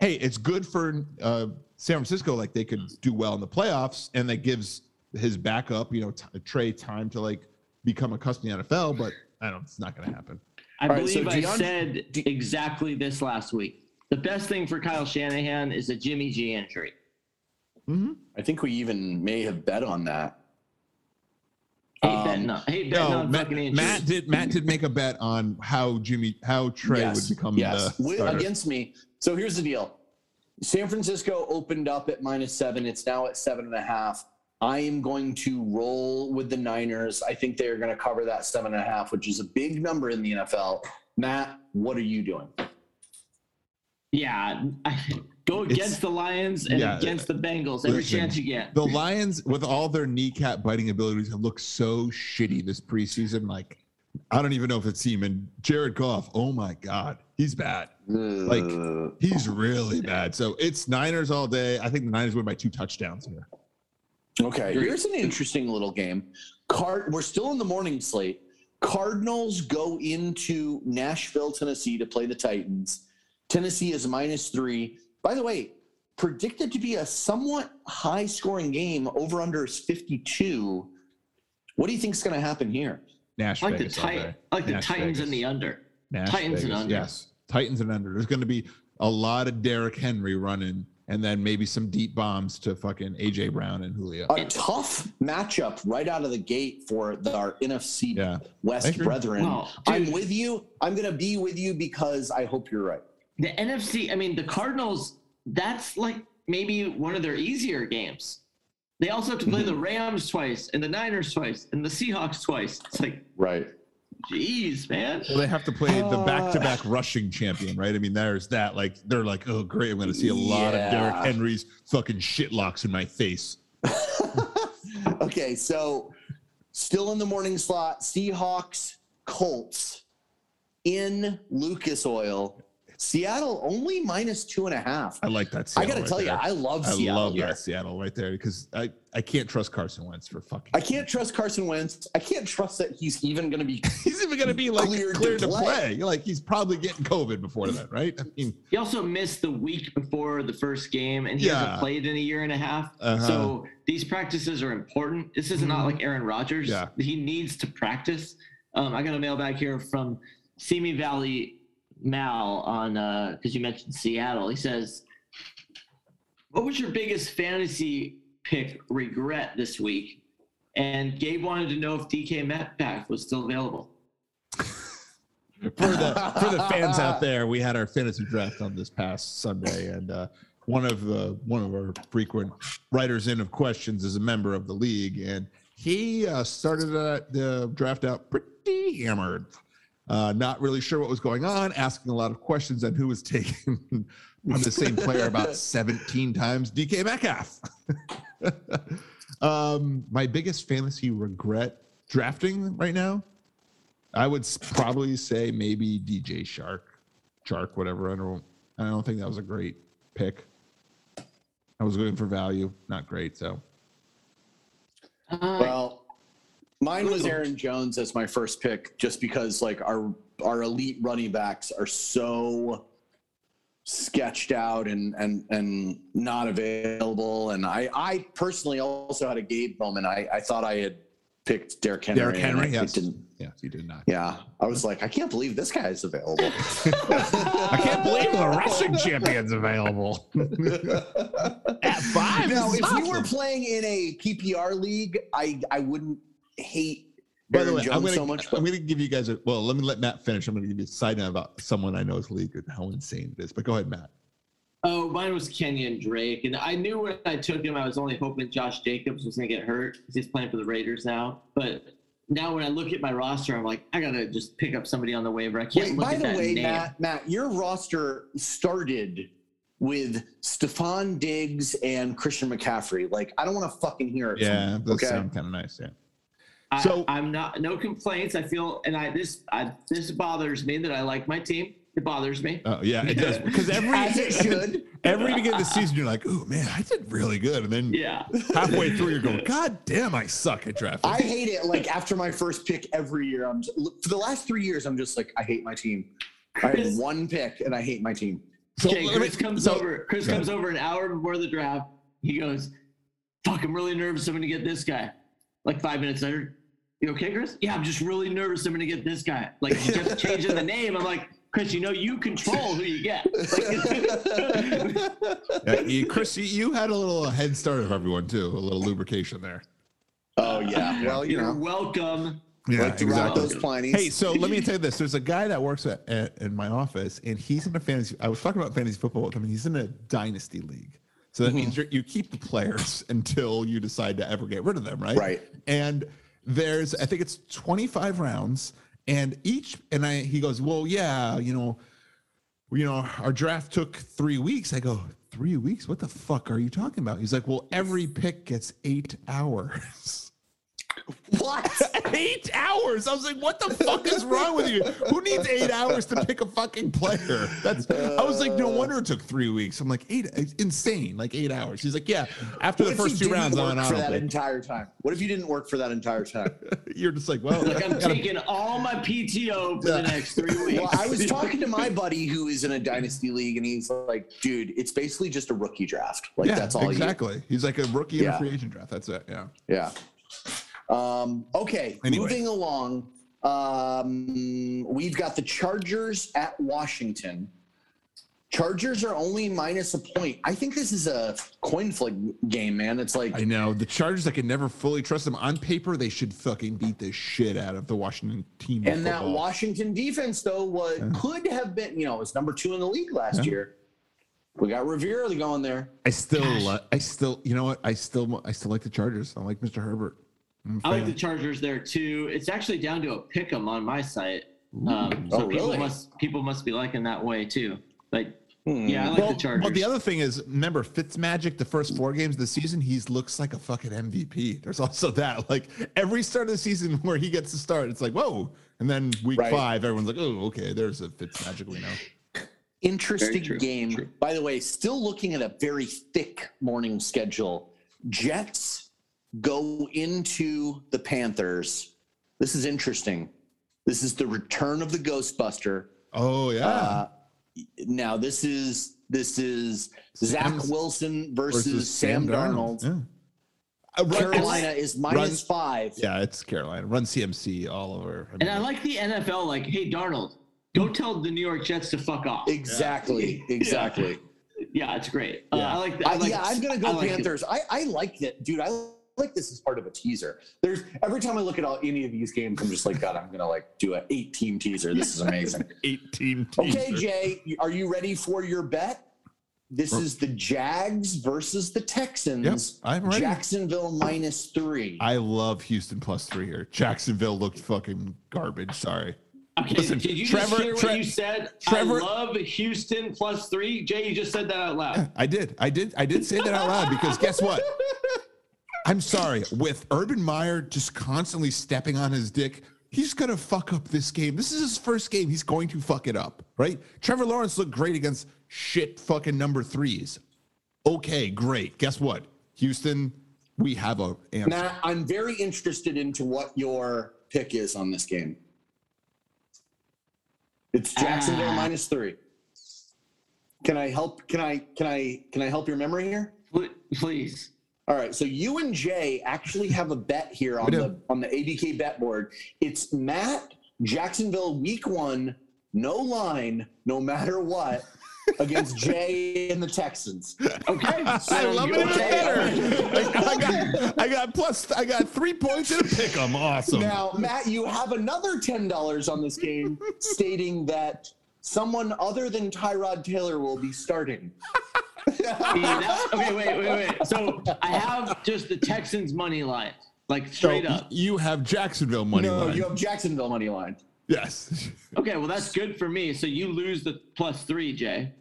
C: hey, it's good for uh, San Francisco. Like they could do well in the playoffs, and that gives his backup, you know, t- Trey time to like become accustomed to the NFL. But I don't. It's not going to happen.
D: I
B: All right, so
D: believe I
B: DeAndre-
D: said
B: De-
D: exactly this last week. The best thing for Kyle Shanahan is a Jimmy G injury.
C: Mm-hmm.
B: I think we even may have bet on that.
D: Hate
C: Um,
D: betting on, hate betting
C: No,
D: on
C: Matt,
D: fucking injuries.
C: Matt did. Matt did make a bet on how Jimmy, how Trey would become
B: yes.
C: the
B: Wi-
C: starter.
B: against me. So here's the deal. San Francisco opened up at minus seven. It's now at seven and a half. I am going to roll with the Niners. I think they are going to cover that seven and a half, which is a big number in the NFL. Matt, what are you doing?
D: Yeah, I, go against
C: It's-
D: the Lions and
C: yeah,
D: against the Bengals every
C: listen,
D: chance you get.
C: The Lions, with all their kneecap biting abilities, have looked so shitty this preseason. Like, I don't even know if it's him. And Jared Goff, oh my God, he's bad. Like, he's
B: Oh,
C: really bad. So it's Niners all day. I think the Niners win by two touchdowns here.
B: Okay, here's an interesting little game. Card, we're still in the morning slate. Cardinals go into Nashville, Tennessee to play the Titans. Tennessee is minus three. By the way, predicted to be a somewhat high scoring game. Over under is 52. What do you think's going to happen here?
C: Nash
D: I like the
C: Vegas all
D: Titan,
C: day.
D: I like the
C: Nash
D: Titans
C: Vegas.
D: and the under.
C: Nash
D: Titans and
C: Vegas,
D: under.
C: Yes, Titans and under. There's going to be a lot of Derrick Henry running, and then maybe some deep bombs to fucking AJ Brown and Julio.
B: A tough matchup right out of the gate for the, our NFC
C: Yeah. I
B: West
C: agree.
B: brethren.
D: Well,
B: I'm
D: dude.
B: with you. I'm going to be with you because I hope you're right.
D: The NFC, I mean, the Cardinals, that's like maybe one of their easier games. They also have to
C: Mm-hmm.
D: play the Rams twice and the Niners twice and the Seahawks twice. It's like,
B: Right.
D: geez, man.
C: Well, they have to play the
B: Uh,
C: back-to-back rushing champion, right? I mean, there's that. Like, they're like, "Oh, great! I'm going to see a lot
B: Yeah.
C: of Derrick Henry's fucking shitlocks in my face."
B: okay, so still in the morning slot, Seahawks, Colts in Lucas Oil. Seattle only minus two and a half.
C: I like that.
B: I
C: Seattle
B: got to
C: right
B: tell you,
C: there.
B: I love
C: I
B: Seattle.
C: love
B: here.
C: that Seattle right there because I I can't trust Carson Wentz for fucking.
B: I can't trust Carson Wentz. I can't trust that he's even going to be.
C: He's even going to be like
B: Cleared
C: cleared,
B: to
C: to,
B: play.
C: play. Like, he's probably getting COVID before that, right? I mean,
D: He also missed the week before the first game, and he
C: Yeah.
D: hasn't played in a year and a half.
C: Uh-huh. Mm-hmm.
D: So these practices are important. This is not like Aaron Rodgers.
C: Yeah.
D: He needs to practice. Um, I got a mail back here from Simi Valley Mal on because you mentioned Seattle. He says, "What was your biggest fantasy pick regret this week?" And Gabe wanted to know if DK Metcalf was still available.
C: for the for the fans out there, we had our fantasy draft on this past Sunday, and uh, one of the one of our frequent writers in of questions is a member of the league, and he uh, started uh, the draft out pretty hammered, uh, not really sure what was going on, asking a lot of questions on who was taken on the same player about seventeen times. DK Metcalf. um, my biggest fantasy regret drafting right now. I would s- probably say maybe DJ Shark, Shark, whatever. I don't, I don't think that was a great pick. I was looking for value, not great. So
D: Uh,
B: Well, mine was Aaron Jones as my first pick, just because like our our elite running backs are so sketched out and and and not available. And I I personally also had a Gabe moment. I I thought I had
I: picked Derrick Henry.
J: Derrick
I: and I
J: Henry, yes.
I: didn't-
J: Yes, you did not.
I: yeah, I was like, I can't believe this guy is available.
G: I can't believe the Russian champion's available. At five.
B: Now,
G: is
B: if
G: awesome.
B: you were playing in a PPR league, I I wouldn't hate
C: By the
B: Aaron
C: way,
B: Jones
C: I'm gonna,
B: so much, but
C: I'm gonna give you guys a well. Let me let Matt finish. I'm gonna give you a side note about someone I know's league and how insane it is. But go ahead, Matt.
D: Oh, mine was Kenyon Drake, and I knew when I took him, I was only hoping Josh Jacobs was going to get hurt because he's playing for the Raiders now. But now when I look at my roster, I'm like, I gotta just pick up somebody on the waiver. I can't
B: Wait,
D: look
B: by
D: at
B: the
D: that
B: way,
D: name.
B: Matt, Matt, your roster started with Stefan Diggs and Christian McCaffrey. Like, I don't want to fucking hear it.
C: Yeah,
B: from you,
C: those
B: okay.
C: sound kind of nice. Yeah.
D: I,
C: So-
D: I'm not no complaints. I feel and I this I, this bothers me that I like my team. It bothers me.
C: Oh yeah, it does because every
B: As it should.
C: every beginning of the season you're like, oh man, I did really good, and then
D: yeah.
C: halfway through you're going, God damn, I suck at drafting.
B: I hate it. Like after my first pick every year, I'm just, for the last three years, I'm just like, I hate my team. I had
D: Chris-
B: one pick and I hate my team.
C: so
D: okay,
C: let me-
D: Chris comes
C: so-
D: over. Chris comes over an hour before the draft. He goes, "Fuck, I'm really nervous. I'm gonna get this guy." Like five minutes later, you okay, Chris? Yeah, I'm just really nervous. I'm gonna get this guy. Like he kept changing the name. I'm like, Chris, you know you control who you get. Like,
C: Yeah, you- Chris, you- you had a little head start of everyone too, a little lubrication there.
I: oh yeah, well you
D: you're
I: know,
D: welcome.
C: Yeah,
I: like to rock
D: exactly.
I: those Plinies.
C: Hey, so let me tell you this. There's a guy that works at, at in my office, and he's in a fantasy. I was talking about fantasy football with him, and he's in a dynasty league. So that means you're, you keep the players until you decide to ever get rid of them, right?
I: Right.
C: And there's, I think it's 25 rounds, and each, and I, he goes, well, yeah, you know, you know, our draft took three weeks. I go, three weeks? What the fuck are you talking about? He's like, well, every pick gets eight hours.
B: What?
C: eight hours. I was like, what the fuck is wrong with you? Who needs eight hours to pick a fucking player? That's I was like, no wonder it took three weeks. I'm like, eight it's insane, like eight hours. He's like, yeah. After
B: What
C: the
B: if
C: first
B: you
C: two rounds,
B: didn't
C: I'm an
B: work for that
C: auto pick.
B: entire time? What if you didn't work for that entire time?
C: You're just like, well,
D: Like I'm
C: gotta-
D: taking all my PTO for the next three weeks.
B: well, I was talking to my buddy who is in a dynasty league, and he's like, "Dude, it's basically just a rookie draft. Like
C: yeah,
B: that's all you
C: exactly. He's like a rookie in
B: Yeah.
C: a free agent draft. That's it. Yeah.
B: Yeah. Um, okay,
C: Anyway.
B: moving along. Um, we've got the Chargers at Washington. Chargers are only minus a point. I think this is a coin flip game, man. It's like
C: I know the Chargers. I can never fully trust them. On paper, they should fucking beat the shit out of the Washington team. of
B: and that
C: football.
B: Washington defense though what
C: Yeah.
B: could have been, you know, it's number 2 in the league last
C: Yeah.
B: year. We got Rivera going there.
C: I still, li- I still, you know what? I still, I still like the Chargers. I like Mr. Herbert. I'm a
D: I like
C: fan.
D: the Chargers there too. It's actually down to a pick 'em on my site. Um, so
B: Oh,
D: people
B: really?
D: must people must be liking that way too. Like Hmm. yeah, I like
C: well,
D: the Chargers.
C: well, the other thing is, remember Fitzmagic, the first four games of the season, he looks like a fucking MVP. There's also that. Like every start of the season where he gets to start, it's like, whoa. And then week
B: Right.
C: five, everyone's like, oh, okay, there's a Fitzmagic we know.
B: Interesting
D: Very true,
B: game.
D: true.
B: By the way, still looking at a very thick morning schedule. Jets go into the Panthers. This is interesting. This is the return of the Ghostbuster.
C: Oh, yeah.
B: Uh, now this is this is Zach
C: Sam-
B: Wilson versus, Sam, Darnold.
C: Yeah. Uh, run-
B: Carolina is minus five.
C: Yeah, it's Carolina. Run CMC all over.
D: and I like the NFL. Like, hey Darnold, go tell the New York Jets to fuck off.
B: Exactly.
D: Yeah.
B: Exactly.
D: yeah, it's great. Uh,
C: Yeah.
D: I like that.
B: I,
D: I like,
B: yeah, I'm gonna go
D: I like it.
B: Panthers. I, I like that, dude. I like this as part of a teaser. There's every time I look at all any of these games, I'm just like, God, I'm gonna like do an eight team teaser. This is amazing.
C: 18
B: okay, Jay, are you ready for your bet? This is the Jags versus the
C: Yep,
B: Texans.
C: I'm ready.
B: Jacksonville minus three.
C: I love Houston plus three here. Jacksonville looked fucking garbage. Sorry.
D: Okay,
C: Listen,
D: did you
C: Trevor-
D: just hear what
C: Tre-
D: you said?
C: Trevor-
D: I love Houston plus three. Jay, you just said that out loud.
C: I did. I did. I did say that out loud because guess what? I'm sorry. With Urban Meyer just constantly stepping on his dick, he's gonna fuck up this game. This is his first game. He's going to fuck it up, right? Trevor Lawrence looked great against shit fucking number threes. Okay, great. Guess what? Houston, we have a answer.
B: Matt, I'm very interested into what your pick is on this game. It's Jacksonville
D: Ah.
B: minus three. Can I help? Can I? Can I? Can I help your memory here?
D: Pl- Please.
B: All right, so you and Jay actually have a bet here on
C: We do.
B: the on the ABK bet board. It's Matt Jacksonville Week One, no line, no matter what, against Jay and the Texans.
D: Okay.
C: I
D: so
C: love it
D: you're-
C: even better. I, I got, I got plus. I got three points in a pick 'em. Awesome.
B: Now, Matt, you have another ten dollars on this game, stating that someone other than Tyrod Taylor will be starting.
D: See, that- okay, wait, wait, wait. So I have just the Texans money line, like
C: so
D: straight up.
C: you have Jacksonville money
B: no,
C: line.
B: you have Jacksonville money line.
C: yes.
D: Okay, well that's good for me. So you lose the plus three, Jay.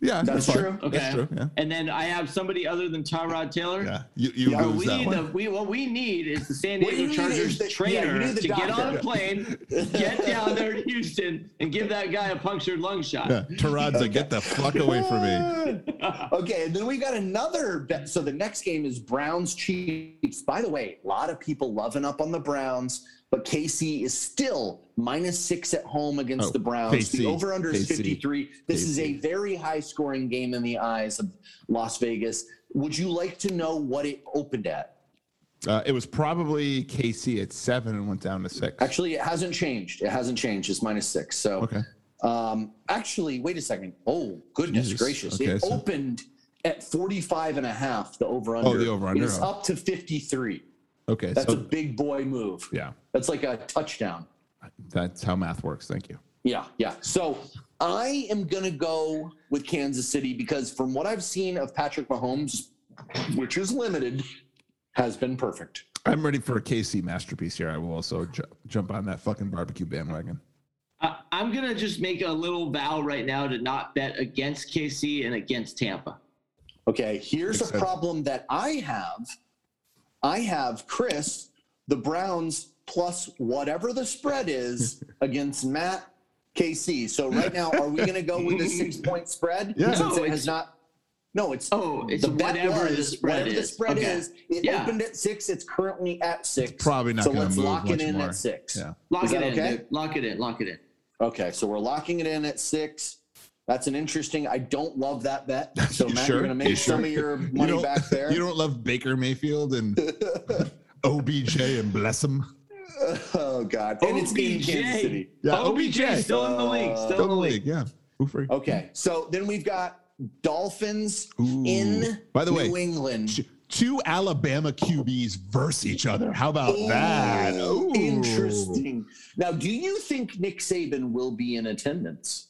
C: Yeah.
B: That's
C: fine.
B: true.
D: Okay.
C: That's true. Yeah.
D: And then I have somebody other than Tyrod Taylor.
C: Yeah. You, you
B: Yeah,
C: lose
D: We
C: that
D: need
C: one.
D: the we what we need is the San
B: What you
D: Diego
B: need
D: Chargers
B: is the- yeah,
D: trainer
B: you need the
D: to get on
B: doctor.
D: a plane, get down there to Houston, and give that guy a punctured lung shot.
C: yeah. Taradza, get the fuck away from me. Ah.
B: okay, and then we got another bet. So the next game is Browns Chiefs. By the way, a lot of people loving up on the Browns, but KC is still minus six at home against
C: Oh,
B: the Browns.
C: KC,
B: The over under is
C: KC.
B: 53. This is a
C: KC.
B: very high scoring game in the eyes of Las Vegas. Would you like to know what it opened at?
C: Uh, it was probably KC at seven and went down to six.
B: Actually, it hasn't changed. It hasn't changed. It's minus six. So
C: okay.
B: Um, actually, wait a second. Oh, goodness
C: Jesus.
B: gracious.
C: Okay,
B: it
C: so-
B: opened at 45 and a half, the over under.
C: Oh, the over-under.
B: It's up to 53.
C: Okay.
B: That's a
C: so
B: big boy move.
C: yeah,
B: That's like a touchdown.
C: that's how math works. Thank you.
B: Yeah, yeah. So I am going to go with Kansas City because from what I've seen of Patrick Mahomes, which is limited, has been perfect.
C: I'm ready for a KC masterpiece here. I will also ju- jump on that fucking barbecue bandwagon.
D: I, I'm gonna just make a little vow right now to not bet against KC and against Tampa.
B: Okay, here's
C: Makes
B: a
C: sense.
B: problem that I have. I have Chris, the Browns, plus whatever the spread is against Matt KC. So right now, are we going to go with the six point spread?
C: Yeah.
B: Since
D: No,
B: it
D: it's-
B: has not. No, it's
D: Oh, it's
B: the bet
D: whatever the
B: was,
D: spread
B: whatever the
D: is.
B: spread
D: Okay.
B: is. It
D: Yeah.
B: opened at six. It's currently at six.
C: probably not
B: So
C: gonna
B: let's
C: move
B: lock it
C: much
B: in
C: more.
B: at six.
C: Yeah.
D: Lock
B: Is
D: it
B: that
D: in,
B: okay?
D: dude. Lock it in. Lock it in.
B: Okay, so we're locking it in at six. That's an interesting. I don't love that bet. So
C: You
B: Matt,
C: sure?
B: you're going to
C: You
B: make some
C: sure?
B: of your
C: You
B: money
C: don't-
B: back there.
C: You don't love Baker Mayfield and OBJ and bless him.
B: Oh God! And it's in Kansas City.
C: Yeah,
D: OBJ
C: OBJ.
D: still in the league. Still in the league.
C: Yeah. Who free?
B: Okay, so then we've got Dolphins
C: Ooh.
B: in
C: By the way,
B: New England.
C: Two- Two Alabama QBs versus each other. How about
B: Ooh,
C: that? Ooh.
B: Interesting. Now, do you think Nick Saban will be in attendance?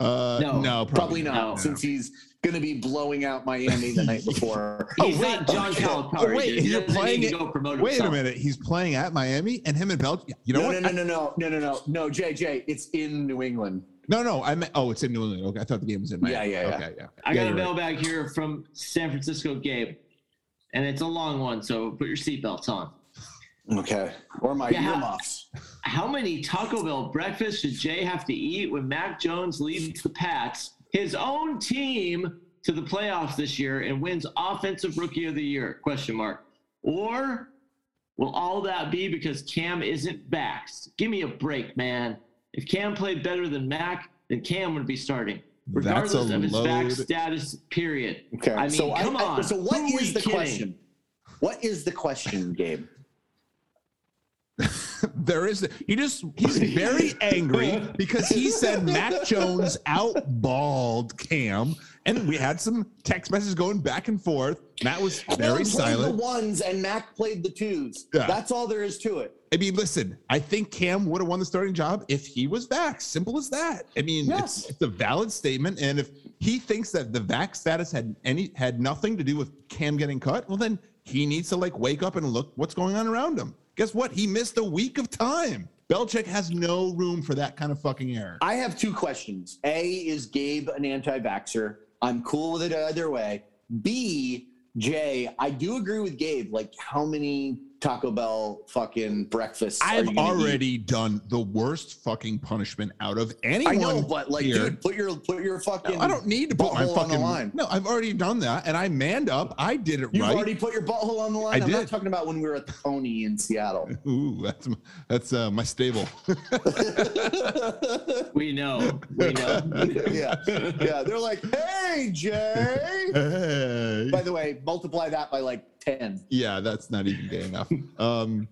C: Uh,
D: No.
C: no,
B: Probably
C: probably,
B: not,
D: No.
B: since he's going to be blowing out Miami the night before.
D: He's not John Calipari.
C: Oh, wait,
D: dude. He
C: you're
D: doesn't need
C: playing
D: to
C: it-
D: Go promote
C: Wait a
D: himself.
C: minute. He's playing at Miami and him and Belgium. You know
B: no,
C: what?
B: no, no, no, no, no, no, no, no, JJ. It's in New England.
C: No, no. I meant, oh, it's in New England. Okay, I thought the game was in Miami.
B: Yeah, yeah, yeah.
C: Okay, yeah.
D: I
C: Yeah,
D: got a
C: you're right.
D: mailbag here from San Francisco Gabe, and it's a long one, so put your seatbelts on.
B: Okay, or my
D: Yeah.
B: earmuffs.
D: How many Taco Bell breakfasts should Jay have to eat when Mac Jones leads the Pats, his own team, to the playoffs this year and wins Offensive Rookie of the Year? Question mark. Or will all that be because Cam isn't back? Give me a break, man. If Cam played better than Mac, then Cam would be starting,
C: That's
D: regardless
C: a
D: of his back
C: load.
D: status. Period.
B: Okay,
D: I mean,
B: so
D: come
B: I, I-
D: on.
B: so what
D: Who are
B: is
D: we
B: the
D: kidding?
B: question? What is the question, Gabe?
C: There is he just he's very angry because he said Mac Jones outballed Cam, and we had some text messages going back and forth. Matt was
B: Cam
C: very
B: played
C: silent.
B: The ones and Mac played the twos.
C: Yeah.
B: That's all there is to it.
C: I mean, listen, I think Cam would have won the starting job if he was back. Simple as that. I mean,
B: Yes.
C: it's, it's a valid statement, and if he thinks that the vac status had any had nothing to do with Cam getting cut, well, then he needs to like wake up and look what's going on around him. Guess what? He missed a week of time. Belichick has no room for that kind of fucking error.
B: I have two questions. A is Gabe an anti-vaxxer? I'm cool with it either way. B, Jay, I do agree with Gabe. Like, how many Taco Bell fucking breakfast. are you
C: I've
B: gonna eat?
C: already done the worst fucking punishment out of
B: I
C: anyone.
B: know, but like,
C: here.
B: dude, put your put your fucking.
C: I don't need to put my
B: butthole on the
C: fucking
B: line.
C: No, I've already done that, and I manned up. I did it
B: You've
C: right.
B: already put your butthole on the line.
C: I
B: I'm not
C: did.
B: talking about when we were at the pony in Seattle.
C: Ooh, that's my, that's uh, my stable.
D: We know. We know.
B: yeah, yeah. They're like, hey, Jay.
C: Hey.
B: By the way, multiply that by like ten.
C: yeah, that's not even gay enough. Um,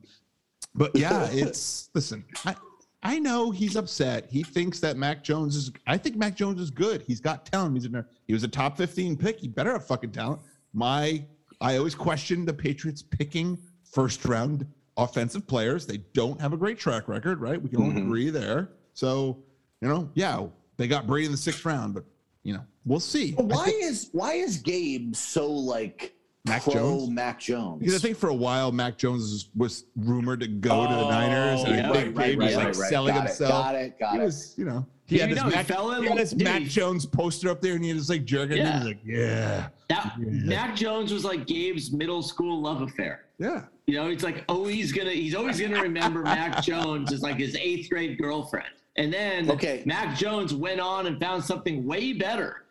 C: but yeah, it's listen. I, I know he's upset. He thinks that Mac Jones is. I think Mac Jones is good. He's got talent. He's in there. He was a top fifteen pick. He better have fucking talent. My, I always question the Patriots picking first round offensive players. They don't have a great track record, right? We can all agree there. So, you know, yeah, they got Brady in the sixth round, but you know, we'll see. I
B: Why is why is Gabe so like
C: Mac
B: pro
C: Jones?
B: Mac Jones?
C: Because I think for a while Mac Jones was rumored to go to the
B: Oh,
C: Niners, and
D: yeah.
C: I think
D: Right,
C: Gabe
D: right,
C: was
D: right,
C: like
D: right.
C: selling
B: got
C: himself.
B: It, got it. Got
C: He
B: it.
C: was, you know, he had
D: You
C: his
D: know, he
C: Mac,
D: fell in
C: he had his
D: love, didn't
C: Mac
D: he?
C: Jones poster up there, and he had his like jerkin. Yeah. He was like, yeah,
D: That Mac Jones was like Gabe's middle school love affair.
C: yeah,
D: You know, he's like always gonna he's always gonna remember Mac Jones as like his eighth grade girlfriend. And then
B: Okay.
D: Mac Jones went on and found something way better.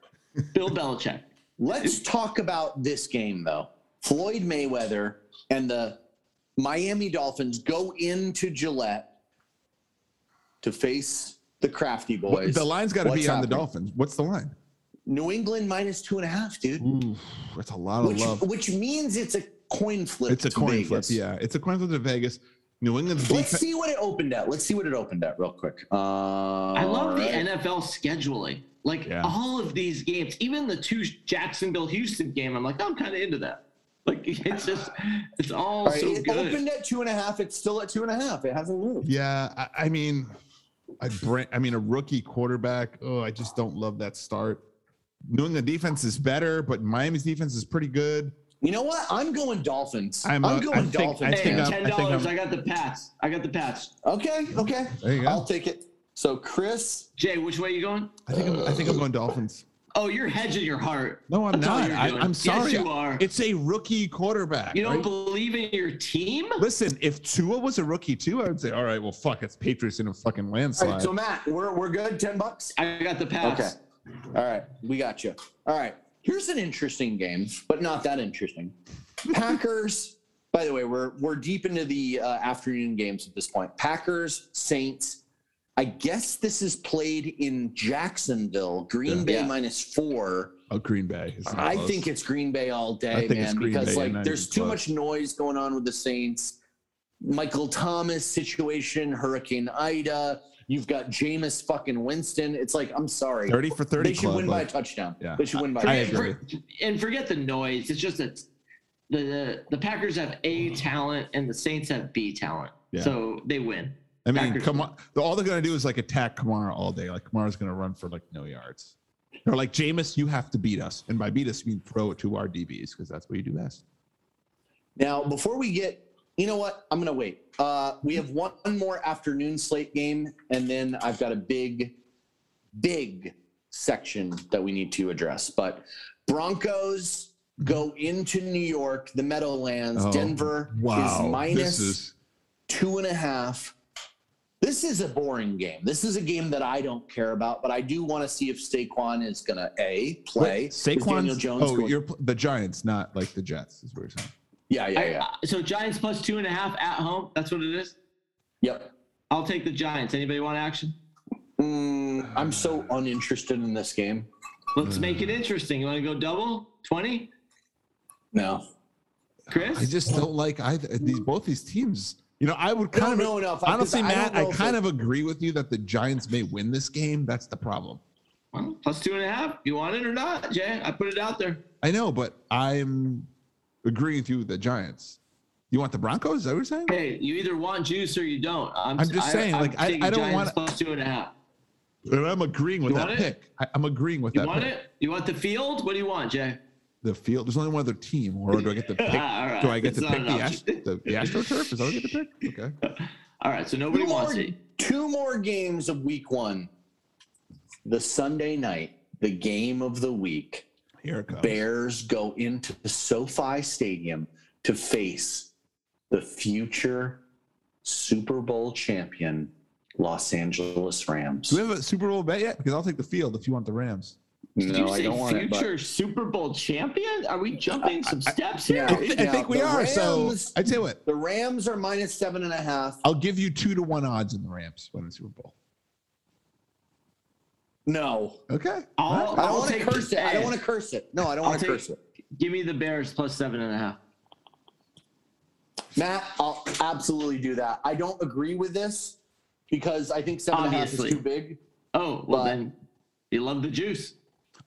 D: Bill Belichick.
B: Let's talk about this game though. Floyd Mayweather and the Miami Dolphins go into Gillette to face the crafty
C: What-
B: boys.
C: the line's got to
B: What's
C: be on the
B: happening?
C: Dolphins. What's the line?
B: New England minus two and a half, dude.
C: Ooh, that's a lot of
B: Which,
C: love.
B: which means it's a coin flip.
C: It's a
B: to
C: coin flip.
B: Vegas.
C: Yeah, it's a coin flip to Vegas. New England's
B: Let's
C: defense.
B: see what it opened at. Let's see what it opened at real quick. Uh,
D: I love the NFL scheduling. Like
C: Yeah.
D: all of these games, even the two Jacksonville Houston game, I'm like, I'm kind of into that. Like it's just, it's all,
B: All right,
D: so
B: it
D: good.
B: opened at two and a half. It's still at two and a half. It hasn't moved.
C: Yeah, I, I mean, I brand, I mean, a rookie quarterback. Oh, I just don't love that start. New England defense is better, but Miami's defense is pretty good.
B: You know what? I'm going Dolphins.
C: I'm
B: I'm,
C: a-
B: going
C: I think-
B: Dolphins.
C: I think
D: hey,
B: man.
C: I'm-
D: ten
C: I think
D: dollars.
C: I'm-
D: I got the Pats. I got the Pats.
B: okay, okay.
C: There you go.
B: I'll take it. So Chris,
D: Jay, which way you going?
C: I think I'm, I think I'm going Dolphins.
D: Oh, you're hedging your heart.
C: No, I'm
D: That's all
C: not.
D: you're
C: I,
D: doing.
C: I'm
D: Yes,
C: sorry.
D: you are.
C: It's a rookie quarterback.
D: You don't
C: right?
D: believe in your team?
C: Listen, if Tua was a rookie too, I would say, all right, well, fuck, it's Patriots in a fucking
B: all
C: landslide.
B: right, so Matt, we're we're good. Ten bucks.
D: I got the Pats.
B: Okay. All right, we got you. All right. Here's an interesting game, but not that interesting. Packers. By the way, we're we're deep into the uh, afternoon games at this point. Packers, Saints. I guess this is played in Jacksonville. Green
C: Yeah.
B: Bay
D: Yeah.
B: minus four.
C: oh, Green Bay. It's not
B: I
C: close.
B: think it's Green Bay all
C: I
B: day,
C: think it's
B: man,
C: Green
B: because
C: Bay,
B: like
C: not
B: there's
C: even
B: too much
C: close.
B: noise going on with the Saints. Michael Thomas situation, Hurricane Ida. You've got Jameis fucking Winston. It's like I'm sorry,
C: 30 for 30.
B: they should
C: club,
B: win by a
C: like,
B: touchdown.
C: Yeah.
B: They should win by.
C: I
B: a
D: Forget-
B: touchdown.
C: agree.
D: for- and forget the noise. It's just that the, the the Packers have A talent and the Saints have B talent.
C: Yeah.
D: So they win.
C: I mean,
D: Packers.
C: come on. All they're going to do is like attack Kamara all day. Like, Kamara's going to run for like no yards. They're like, Jameis, you have to beat us. And by beat us, you mean throw it to our DBs because that's what you do best.
B: Now, before we get, you know what? I'm gonna wait. Uh, we have one more afternoon slate game, and then I've got a big, big section that we need to address. But Broncos go into New York, the Meadowlands,
C: Oh,
B: Denver
C: Wow.
B: is minus
C: This is,
B: two and a half. This is a boring game. This is a game that I don't care about, but I do want to see if Saquon is gonna a play.
C: wait,
B: Is
C: Saquon's.
B: Daniel Jones.
C: oh,
B: going-
C: you're pl- the Giants, not like the Jets, is what you're saying.
B: yeah, yeah, yeah.
D: I- so Giants plus two and a half at home. That's what it is.
B: Yep.
D: I'll take the Giants. Anybody want action?
B: Mm, I'm so uninterested in this game.
D: Let's make it
C: Uh,
D: interesting. You want to go double twenty,
B: No,
D: Chris?
C: I just don't like either these both these teams. You know, I would
B: I don't
C: kind of
B: know enough.
C: honestly,
B: because
C: Matt.
B: don't
C: I,
B: know if
C: kind
B: it-
C: of agree with you that the Giants may win this game. That's the problem.
D: Well, plus two and a half. You want it or not, Jay? I put it out there.
C: I know, but I'm agreeing with you with the Giants. You want the Broncos? Is that what you're saying?
D: Hey, you either want juice or you don't. I'm,
C: I'm just
D: I-
C: saying,
D: I'm
C: like, I-
D: taking
C: I don't
D: Giants
C: wanna-
D: plus two and a half.
C: And I'm agreeing with
D: You
C: that
D: want it?
C: pick. I, I'm agreeing with
D: You
C: that.
D: want
C: pick.
D: it? You want the field? What do you want, Jay?
C: The field. There's only one other team, or do I get to pick?
D: Ah, all right.
C: Do I get
D: It's
C: to
D: not
C: pick
D: an
C: the, Ast-
D: option.
C: the, the AstroTurf? Is that what I get to pick? Okay.
D: All right. So nobody
B: Two more,
D: wants it.
B: two more games of Week One. The Sunday night, the game of the week.
C: Here it comes.
B: Bears go into the SoFi Stadium to face the future Super Bowl champion Los Angeles Rams.
C: Do we have a Super Bowl bet yet? Because I'll take the field if you want the Rams.
D: Did
B: No,
D: you
B: I
D: say
B: don't want it.
D: future
B: But
D: Super Bowl champion? Are we jumping some steps
B: Yeah.
D: here?
C: I, thi- I
B: Now,
C: think we
B: the
C: are. So
B: Rams-
C: I tell you what,
B: the Rams are minus seven and a half.
C: I'll give you two to one odds in the Rams winning the Super Bowl.
B: No,
C: Okay.
D: I'll,
B: I don't
D: I'll
B: want to
D: take
B: curse it. I don't want to
D: to.
B: curse it. No, I don't
D: I'll
B: want to
D: take-
B: curse it.
D: Give me the Bears plus seven and a half.
B: Matt, I'll absolutely do that. I don't agree with this because I think seven and a half
D: Obviously.
B: is too big.
D: Oh well,
B: But-
D: then you love the juice.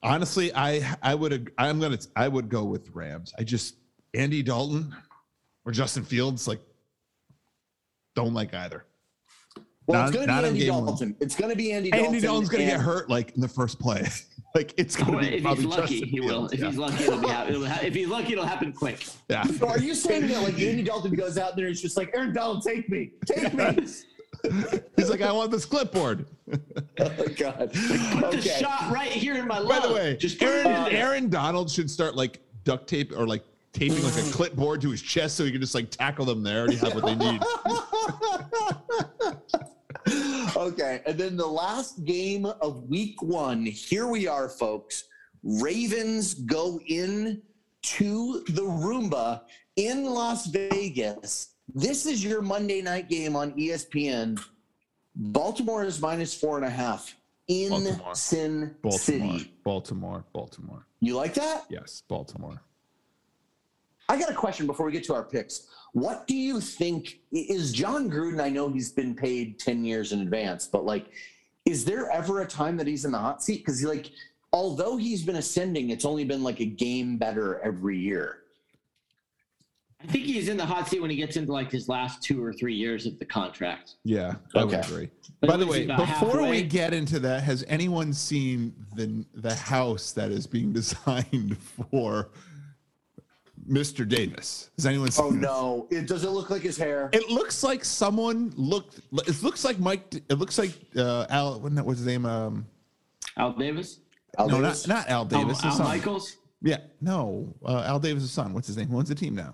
C: Honestly, I I would ag- I'm gonna I would go with Rams. I just Andy Dalton or Justin Fields like don't like either.
B: Well,
C: Not-
B: it's going to
C: not
B: be
C: in
B: Andy
C: game one.
B: Dalton. It's going to be Andy Dalton.
C: Andy Dalton's gonna get
B: and-
C: hurt like in the first play. like it's gonna
D: Well,
C: be
D: if
C: probably
D: he's lucky,
C: Justin
D: he will.
C: Fields.
D: If
C: yeah.
D: he's lucky, it'll be. Ha- it'll ha- if he's lucky, it'll happen quick.
C: yeah.
B: So are you saying that like Andy Dalton goes out there and he's just like Aaron Donald, take me, take me?
C: he's like, I want this clipboard.
B: oh God.
D: Put the
B: Okay.
D: shot right here in my lap.
C: By the way,
D: just put
C: Aaron
D: it in there.
C: Aaron Donald should start like duct tape or like taping like a
D: Mm.
C: clipboard to his chest so he can just like tackle them there and have what they need.
B: okay. And then the last game of week one. Here we are, folks. Ravens go in to the Roomba in Las Vegas. This is your Monday night game on E ESPN. Baltimore is minus four and a half in
C: Baltimore.
B: Sin
C: Baltimore,
B: City.
C: Baltimore, Baltimore.
B: You like that?
C: Yes, Baltimore.
B: I got a question before we get to our picks. What do you think is John Gruden? I know he's been paid 10 years in advance, but like, is there ever a time that he's in the hot seat? Because, like, although he's been ascending, it's only been like a game better every year.
D: I think he's in the hot seat when he gets into like his last two or three years of the contract.
C: Yeah, I would
B: Okay.
C: agree.
D: But
C: By
D: at
C: the
D: least
C: way,
D: he's
C: before
D: about halfway.
C: we get into that, has anyone seen the the house that is being designed for Mr. Davis? Has anyone seen
B: Oh,
C: this?
B: no. It, does it look like his hair?
C: Hmm. It looks like someone looked. It looks like Mike. It looks like uh, Al. What was his name? Um,
D: Al Davis,
B: Al
C: no,
B: Davis?
C: not not Al Davis.
D: Oh, Al,
C: his
D: Al
C: son.
D: Michaels,
C: Yeah, no, uh, Al Davis' son. What's his name? Who owns the team now?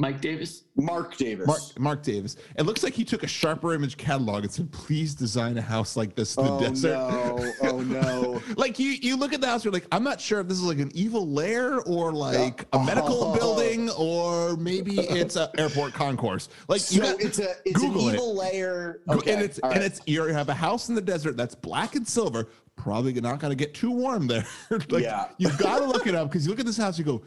D: Mike Davis.
B: Mark Davis.
C: Mark Mark Davis. It looks like he took a sharper image catalog and said, "Please design a house like this in the
B: oh,
C: desert."
B: no. Oh, no.
C: Like you, you look at the house. You're like, I'm not sure if this is like an evil lair or like a medical
B: Oh.
C: building or maybe it's an airport concourse. Like
B: So
C: you got,
B: it's a it's
C: Google
B: an
C: it.
B: evil layer.
C: Go-
B: Okay,
C: and it's
B: all right.
C: and it's you have a house in the desert that's black and silver. Probably not going to get too warm there. like
B: Yeah.
C: you got to look it up because you look at this house, you go,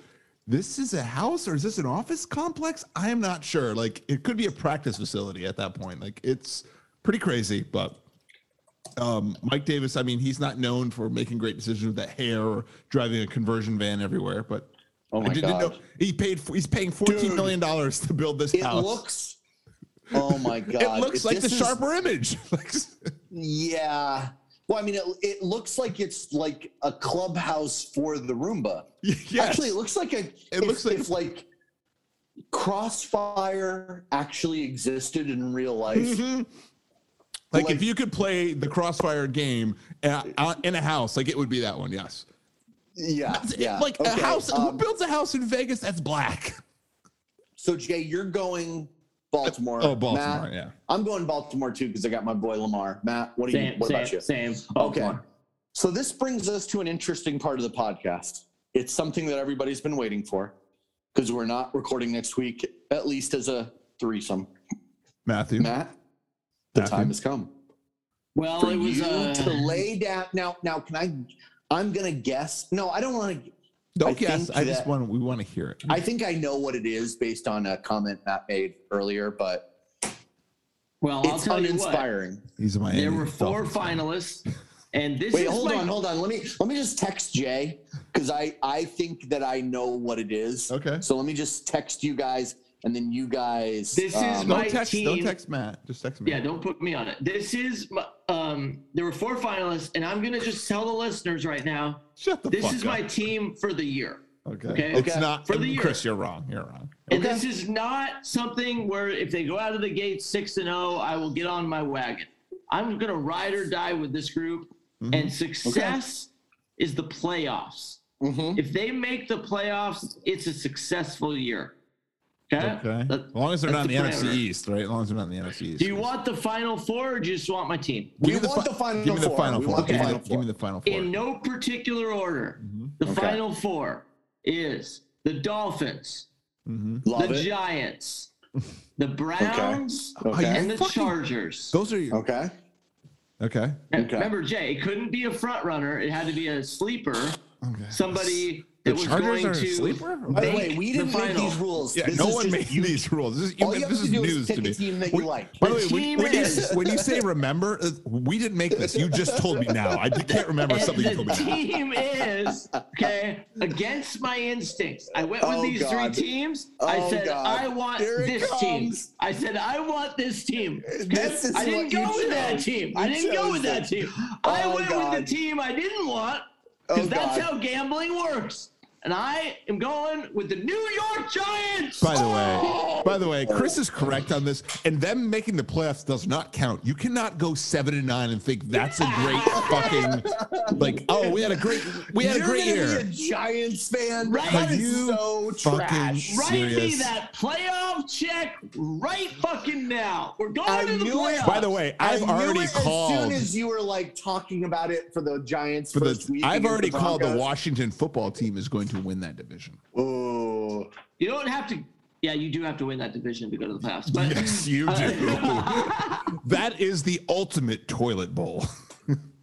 C: "This is a house or is this an office complex?" I am not sure. Like it could be a practice facility at that point. Like it's pretty crazy, but. Um, Mike Davis, I mean, he's not known for making great decisions with that hair or driving a conversion van everywhere, but
B: oh my
C: I didn't
B: God.
C: know he paid he's paying fourteen million dollars to build this
B: it
C: house.
B: looks. Oh my God!
C: it looks
B: If
C: like the
B: this is-
C: sharper image. Like-
B: Yeah. Well, I mean, it, it looks like it's like a clubhouse for the Roomba.
C: yes.
B: Actually, it looks like a. It
C: looks like-
B: if like Crossfire actually existed in real life.
C: Mhm. Like,
B: Like-
C: if you could play the Crossfire game uh, uh, in a house, like it would be that one. Yes.
B: yeah, yeah.
C: Like a
B: Okay,
C: house. who
B: um,
C: builds a house in Vegas that's black?
B: so Jay, you're going Baltimore.
C: Oh, Baltimore.
B: Matt,
C: yeah.
B: I'm going Baltimore too because I got my boy Lamar. Matt, what do you?
D: Same,
B: What about
D: same,
B: you?
D: same.
B: Okay. So this brings us to an interesting part of the podcast. It's something that everybody's been waiting for because we're not recording next week, at least as a threesome.
C: Matthew.
B: Matt, the
C: Matthew.
B: time has come
D: Well,
B: for
D: it was
B: you
D: uh,
B: to lay down. Now, now, can I? I'm gonna guess. No, I don't want to.
C: Don't
B: I
C: guess.
B: think
C: I just
B: that-
C: want. We want to hear it.
B: I think I know what it is based on a comment Matt made earlier, but
D: well. I'll
B: it's
D: tell you what.
B: uninspiring.
C: He's a Miami.
D: There were four
C: Dolphins.
D: finalists, and this
B: Wait,
D: is
B: hold
D: my-
B: on, hold on. Let me let me just text Jay because I I think that I know what it is.
C: Okay.
B: So let me just text you guys, and then you guys. um,
D: This is
C: Don't
D: my
C: text. Don't
D: team-
C: text Matt. Just text me.
D: Yeah, don't put me on it. This is my, um. There were four finalists, and I'm gonna just tell the listeners right now.
C: Shut the
D: This
C: fuck
D: is
C: up.
D: my team for the year.
C: okay.
D: okay.
C: It's
B: Okay.
C: not.
D: For the year.
C: Chris, you're wrong. You're wrong.
D: And this is not something where if they go out of the gate six and zero, I will get on my wagon. I'm gonna ride or die with this group,
C: Mm-hmm.
D: and success is the playoffs.
B: Mhm.
D: If they make the playoffs, it's a successful year. Okay.
C: Okay.
D: That-
C: As long as they're
D: that's
C: not in the NFC
D: parameter.
C: East, right? As long as they're not in the NFC East.
D: Do you want the final four or do you just want my team?
C: Give me
B: We want the
C: fi-
B: final
C: Give me the
B: four.
C: final
B: We
C: four.
B: want the
C: Give me the-
B: final
C: give me
B: four.
C: the final four. Mm-hmm.
D: In no particular order, the final four is the Dolphins,
B: Love
D: the
B: it.
D: Giants, the Browns,
B: Okay.
D: and the Chargers.
C: Those are your.
B: Okay.
C: Okay.
D: And
B: Okay.
D: Remember, Jay, it couldn't be a front runner. It had to be a sleeper.
B: Oh,
D: Somebody
C: The
D: that was
C: Chargers
D: going
C: are a
D: to.
C: sleeper?
B: By the
D: make
B: way, we didn't
D: the
B: make
D: final.
B: these rules.
C: Yeah,
B: This
C: no
B: is
C: one
B: just
C: made these rules. This is,
B: All you have
C: this
B: to
C: is
B: do is
C: news
B: pick
C: to
B: a
C: me.
B: team that you
C: When-
B: like.
C: By the,
D: The
C: way,
D: team
C: when, when you,
D: is-
C: when you say remember, uh, we didn't make this. You just told me now. I can't remember
D: And
C: something you told
D: the
C: me. Now.
D: team is okay against my instincts. I went with
B: Oh,
D: these
B: God.
D: three teams. I
B: Oh,
D: said
B: God.
D: I want
B: Here it
D: this team.
B: comes.
D: I said I want this team. Okay?
B: This is
D: I didn't
B: what you
D: go with that
B: chose.
D: team.
B: You
D: I didn't go
B: chose
D: with that
B: this.
D: team. I
B: Oh,
D: went
B: God.
D: with the team I didn't want
B: Oh,
D: because that's
B: God.
D: how gambling works. And I am going with the New York Giants. Oh!
C: By the way, by the way, Chris is correct on this, and them making the playoffs does not count. You cannot go seven and nine and think that's a great fucking like. Oh, we had a great, we had
B: You're
C: a great
B: gonna Be
C: year.
B: a Giants fan.
D: Right.
B: That
C: Are
B: is
C: you
B: so
C: fucking
B: trash.
D: Write me
C: serious?
D: that playoff check right fucking now. We're going
B: I
D: to the
B: knew it.
D: playoffs.
C: By the way, I've
B: I knew
C: already
B: it As
C: called
B: soon as you were like talking about it for the Giants
C: for
B: first
C: the.
B: week,
C: I've
B: against
C: already called the
B: Broncos.
C: Washington football team is going to win that division.
B: Ooh.
D: You don't have to. Yeah, you do have to win that division to go to the playoffs. But uh,
C: Yes, you do. that is the ultimate toilet bowl.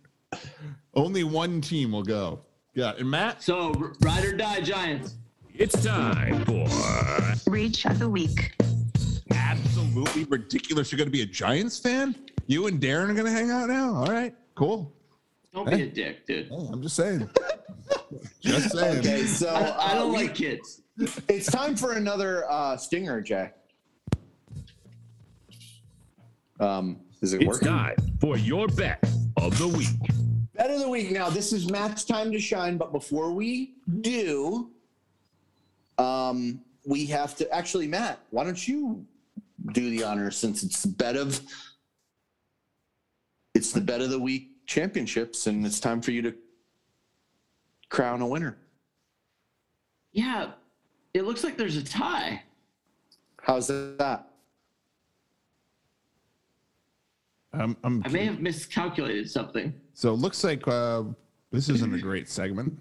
C: Only one team will go. Yeah, and Matt.
D: so r- ride or die, Giants.
G: It's time for
K: Reach of the week.
C: absolutely ridiculous. You're going to be a Giants fan? You and Darren are going to hang out now? All right, cool.
D: Don't be a dick, dude.
B: Oh,
C: Hey, I'm just saying. just saying.
B: Okay, so uh,
D: I, I don't
B: we-
D: like kids.
B: It's time for another uh, stinger, Jay. Um, is it
G: it's
B: working?
G: time for your bet of the week.
B: Bet of the week. Now, this is Matt's time to shine, but before we do, um, we have to actually, Matt, why don't you do the honor since it's the bet of it's the bet of the week championships, and it's time for you to crown a winner.
D: Yeah, it looks like there's a tie.
B: How's that?
C: I'm, I'm
D: I may have miscalculated something.
C: Um, so it looks like uh, this isn't a great segment.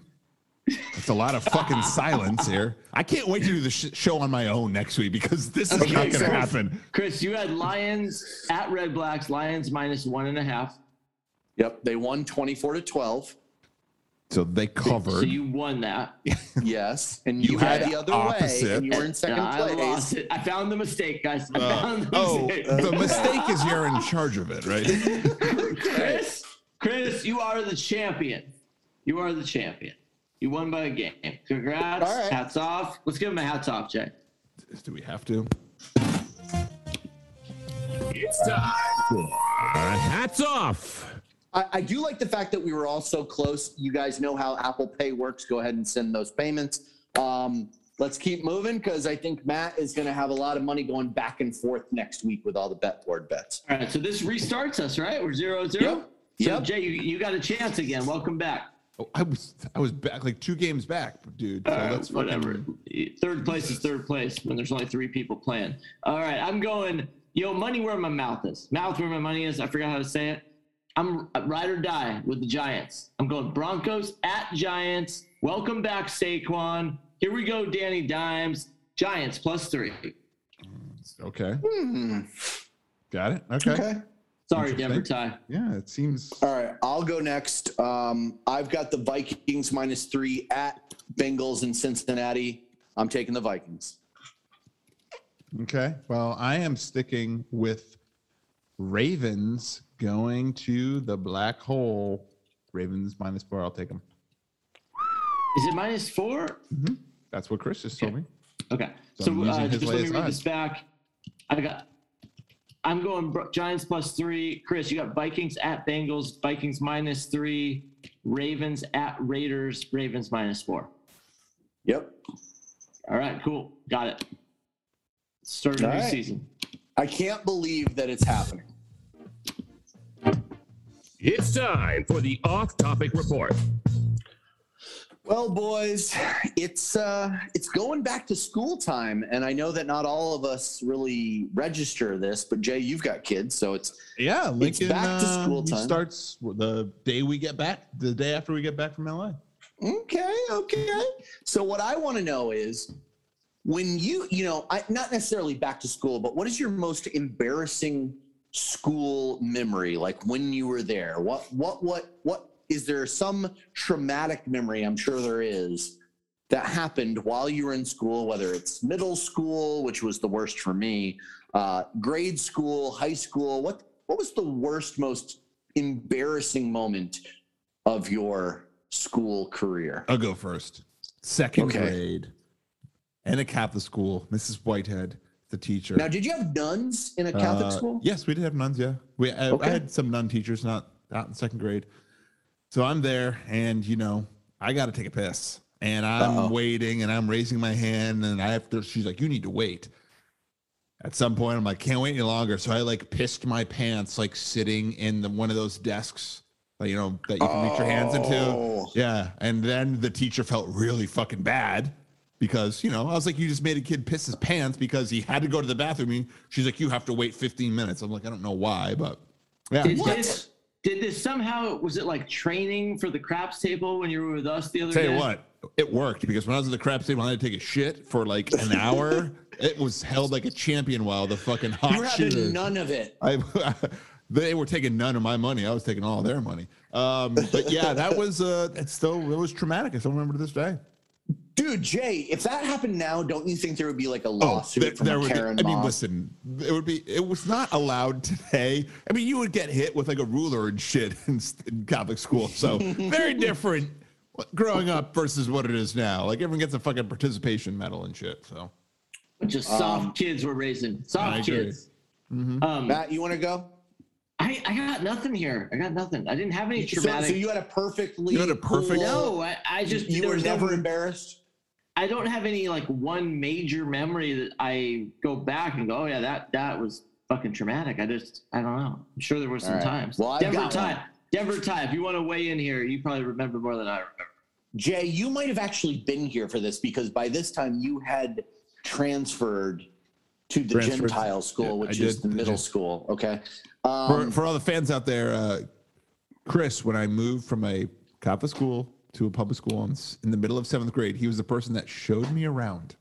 C: It's a lot of fucking silence here. I can't wait to do the sh- show on my own next week because this is
D: Okay,
C: not going to
D: so-
C: happen.
D: Chris, you had Lions at Red Blacks. Lions minus one and a half.
B: Yep, they won twenty-four to twelve.
C: So they covered.
D: So you won that.
B: Yes, and
C: You
B: you,
C: had
B: had, the other way,
C: opposite.
B: and you were in
D: And
B: second
D: I
B: place.
D: lost it. I found the mistake, guys. I found the
C: oh,
D: mistake.
C: the mistake is you're in charge of it, right?
D: Chris, Chris, you are the champion. You are the champion. You won by a game. Congrats.
B: All right.
D: Hats off. Let's give him a hats off, Jay.
C: Do we have to?
G: It's time for hats off.
B: I, I do like the fact that we were all so close. You guys know how Apple Pay works. Go ahead and send those payments. Um, let's keep moving because I think Matt is going to have a lot of money going back and forth next week with all the bet board bets.
D: All right. So this restarts us, right? We're zero zero.
B: Yep.
D: So
B: Yep.
D: Jay, you, you got a chance again. Welcome back.
C: Oh, I was I was back like two games back, dude. So
B: Uh,
C: that's fucking-
D: Whatever. Third place is third place when there's only three people playing. All right. I'm going. Yo, money where my mouth is. Mouth where my money is. I forgot how to say it. I'm ride or die with the Giants. I'm going Broncos at Giants. Welcome back, Saquon. Here we go, Danny Dimes. Giants plus three.
C: Okay.
B: hmm.
C: Got it. Okay.
D: Sorry, Denver tie.
C: Yeah, it seems.
B: All right. I'll go next. Um, I've got the Vikings minus three at Bengals in Cincinnati. I'm taking the Vikings.
C: Okay. Well, I am sticking with Ravens going to the black hole. Ravens minus four. I'll take them.
D: Is it minus four?
C: That's what Chris just told me.
D: Okay.
C: So
D: So,
C: I'm using
D: uh,
C: his
D: just let me
C: latest
D: read
C: odds.
D: this back. I got. I'm going Bro- Giants plus three. Chris, you got Vikings at Bengals. Vikings minus three. Ravens at Raiders. Ravens minus four.
B: Yep.
D: All right, cool. Got it. Start of
B: All
D: new
B: right.
D: season.
B: I can't believe that it's happening.
G: It's time for the off topic report.
B: Well, boys, it's uh, it's going back to school time, and I know that not all of us really register this, but Jay, you've got kids, so it's
C: Yeah, Lincoln
B: back to school
C: um,
B: time.
C: starts the day we get back, the day after we get back from LA.
B: Okay, okay. So what I want to know is when you, you know, I, not necessarily back to school, but what is your most embarrassing school memory? Like when you were there, what, what, what, what is there some traumatic memory? I'm sure there is that happened while you were in school, whether it's middle school, which was the worst for me, uh, grade school, high school. What, what was the worst, most embarrassing moment of your school career?
C: I'll go first. Second
B: Okay.
C: grade, and a Catholic school. Mrs. Whitehead, the teacher.
B: Now, did you have nuns in a Catholic
C: Uh,
B: school?
C: Yes, we did have nuns. Yeah, we I, I
B: Okay.
C: had some nun teachers, not not in second grade. So I'm there, and you know, I got to take a piss, and I'm
B: Uh-oh.
C: waiting, and I'm raising my hand, and I have to. She's like, "You need to wait." At some point, I'm like, "Can't wait any longer." So I like pissed my pants, like sitting in the one of those desks, like, you know, that you can reach your hands
B: Oh.
C: into. Yeah, and then the teacher felt really fucking bad because you know I was like, you just made a kid piss his pants because he had to go to the bathroom. And she's like, you have to wait 15 minutes. I'm like, I don't know why, but yeah,
D: Did this, did this somehow, was it like training for the craps table when you were with us the other
C: tell
D: day?
C: you what, it worked because when I was at the crap table, I had to take a shit for like an hour. it was held like a champion while the fucking
B: You were
C: hot
B: having
C: shooter.
B: none of it.
C: I, they were taking none of my money. I was taking all their money. Um, but yeah, that was uh, it's still it was traumatic. I still remember to this day.
B: Dude, Jay, if that happened now, don't you think there would be like a lawsuit
C: Oh, there-
B: from
C: there
B: a
C: would be-
B: Karen
C: I mean,
B: mob?
C: listen, it would be. It was not allowed today. I mean, you would get hit with like a ruler and shit in, s- in Catholic school. So very different what- growing up versus what it is now. Like everyone gets a fucking participation medal and shit. So
D: Bunch of soft kids we're raising.
C: Um, I
D: Soft
C: agree. Mm-hmm.
D: kids. Um,
B: Matt, you want to go?
D: I, I got nothing here. I got nothing. I didn't have any
B: So, so
D: traumatic.
B: you had a perfectly
C: You had a perfect-
D: no, I, I just
B: you
D: there
B: were
D: was no-
B: never embarrassed.
D: I don't have any like one major memory that I go back and go, oh yeah, that that was fucking traumatic. I just I don't know. I'm sure there were some
B: All right.
D: times.
B: Well, I've
D: Denver
B: got
D: Ty.
B: one.
D: Denver Ty. If you want to weigh in here, you probably remember more than I remember.
B: Jay, you might have actually been here for this because by this time you had transferred to the
C: Transferred.
B: Gentile school,
C: Yeah, I
B: which is
C: did.
B: the
C: I
B: middle
C: did.
B: school. Okay.
C: for,
B: Um,
C: for all the fans out there, uh, Chris, when I moved from a Catholic school to a public school in, s- in the middle of seventh grade, he was the person that showed me around.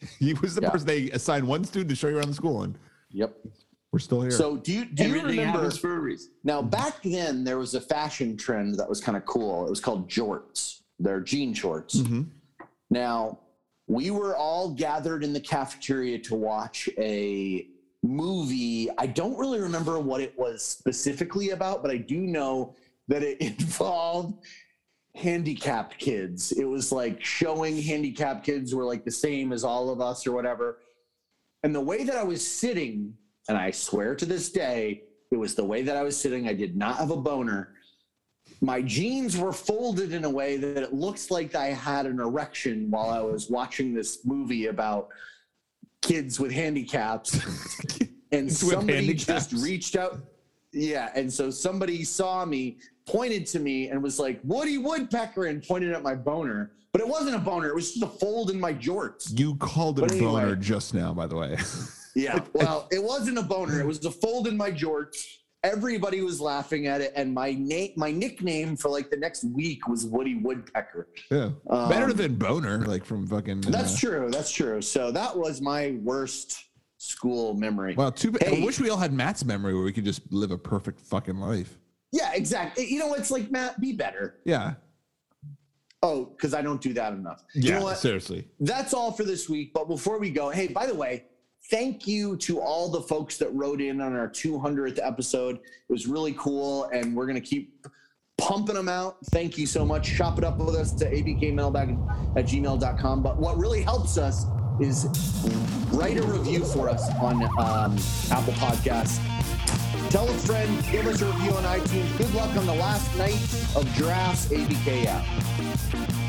C: He was the
B: Yeah.
C: person they assigned one student to show you around the school, and
B: yep.
C: we're still here.
B: So do you do you
D: Everything
B: remember?
D: happens for a reason.
B: Now, back then, there was a fashion trend that was kind of cool. It was called jorts. They're jean shorts.
C: Mhm.
B: Now, we were all gathered in the cafeteria to watch a movie. I don't really remember what it was specifically about, but I do know that it involved handicapped kids. It was like showing handicapped kids were like the same as all of us or whatever. And the way that I was sitting, and I swear to this day, it was the way that I was sitting. I did not have a boner. My jeans were folded in a way that it looks like I had an erection while I was watching this movie about kids with handicaps. And
C: with
B: somebody
C: handicaps.
B: just reached out. Yeah. And so somebody saw me, pointed to me, and was like, Woody Woodpecker, and pointed at my boner. But it wasn't a boner, it was just a fold in my jorts.
C: You called it
B: But
C: a boner
B: anyway.
C: just now, by the way.
B: Yeah. Well, it wasn't a boner. It was the fold in my jorts. Everybody was laughing at it, and my name, my nickname for like the next week was Woody Woodpecker.
C: yeah.
B: Um,
C: Better than boner, like from fucking.
B: That's
C: uh,
B: true. That's true. So that was my worst school memory.
C: Well, too bad.
B: Hey.
C: I wish we all had Matt's memory where we could just live a perfect fucking life.
B: yeah, exactly. You know, what? it's like Matt, be better.
C: Yeah.
B: Oh, because I don't do that enough.
C: Yeah.
B: You know what?
C: seriously.
B: that's all for this week. But before we go, hey, by the way, thank you to all the folks that wrote in on our 200th episode. It was really cool, and we're gonna keep pumping them out. Thank you so much. Shop it up with us to abkmailbag at gmail.com. But what really helps us is write a review for us on um, Apple Podcasts. Tell a friend, give us a review on iTunes. Good luck on the last night of drafts ABK out.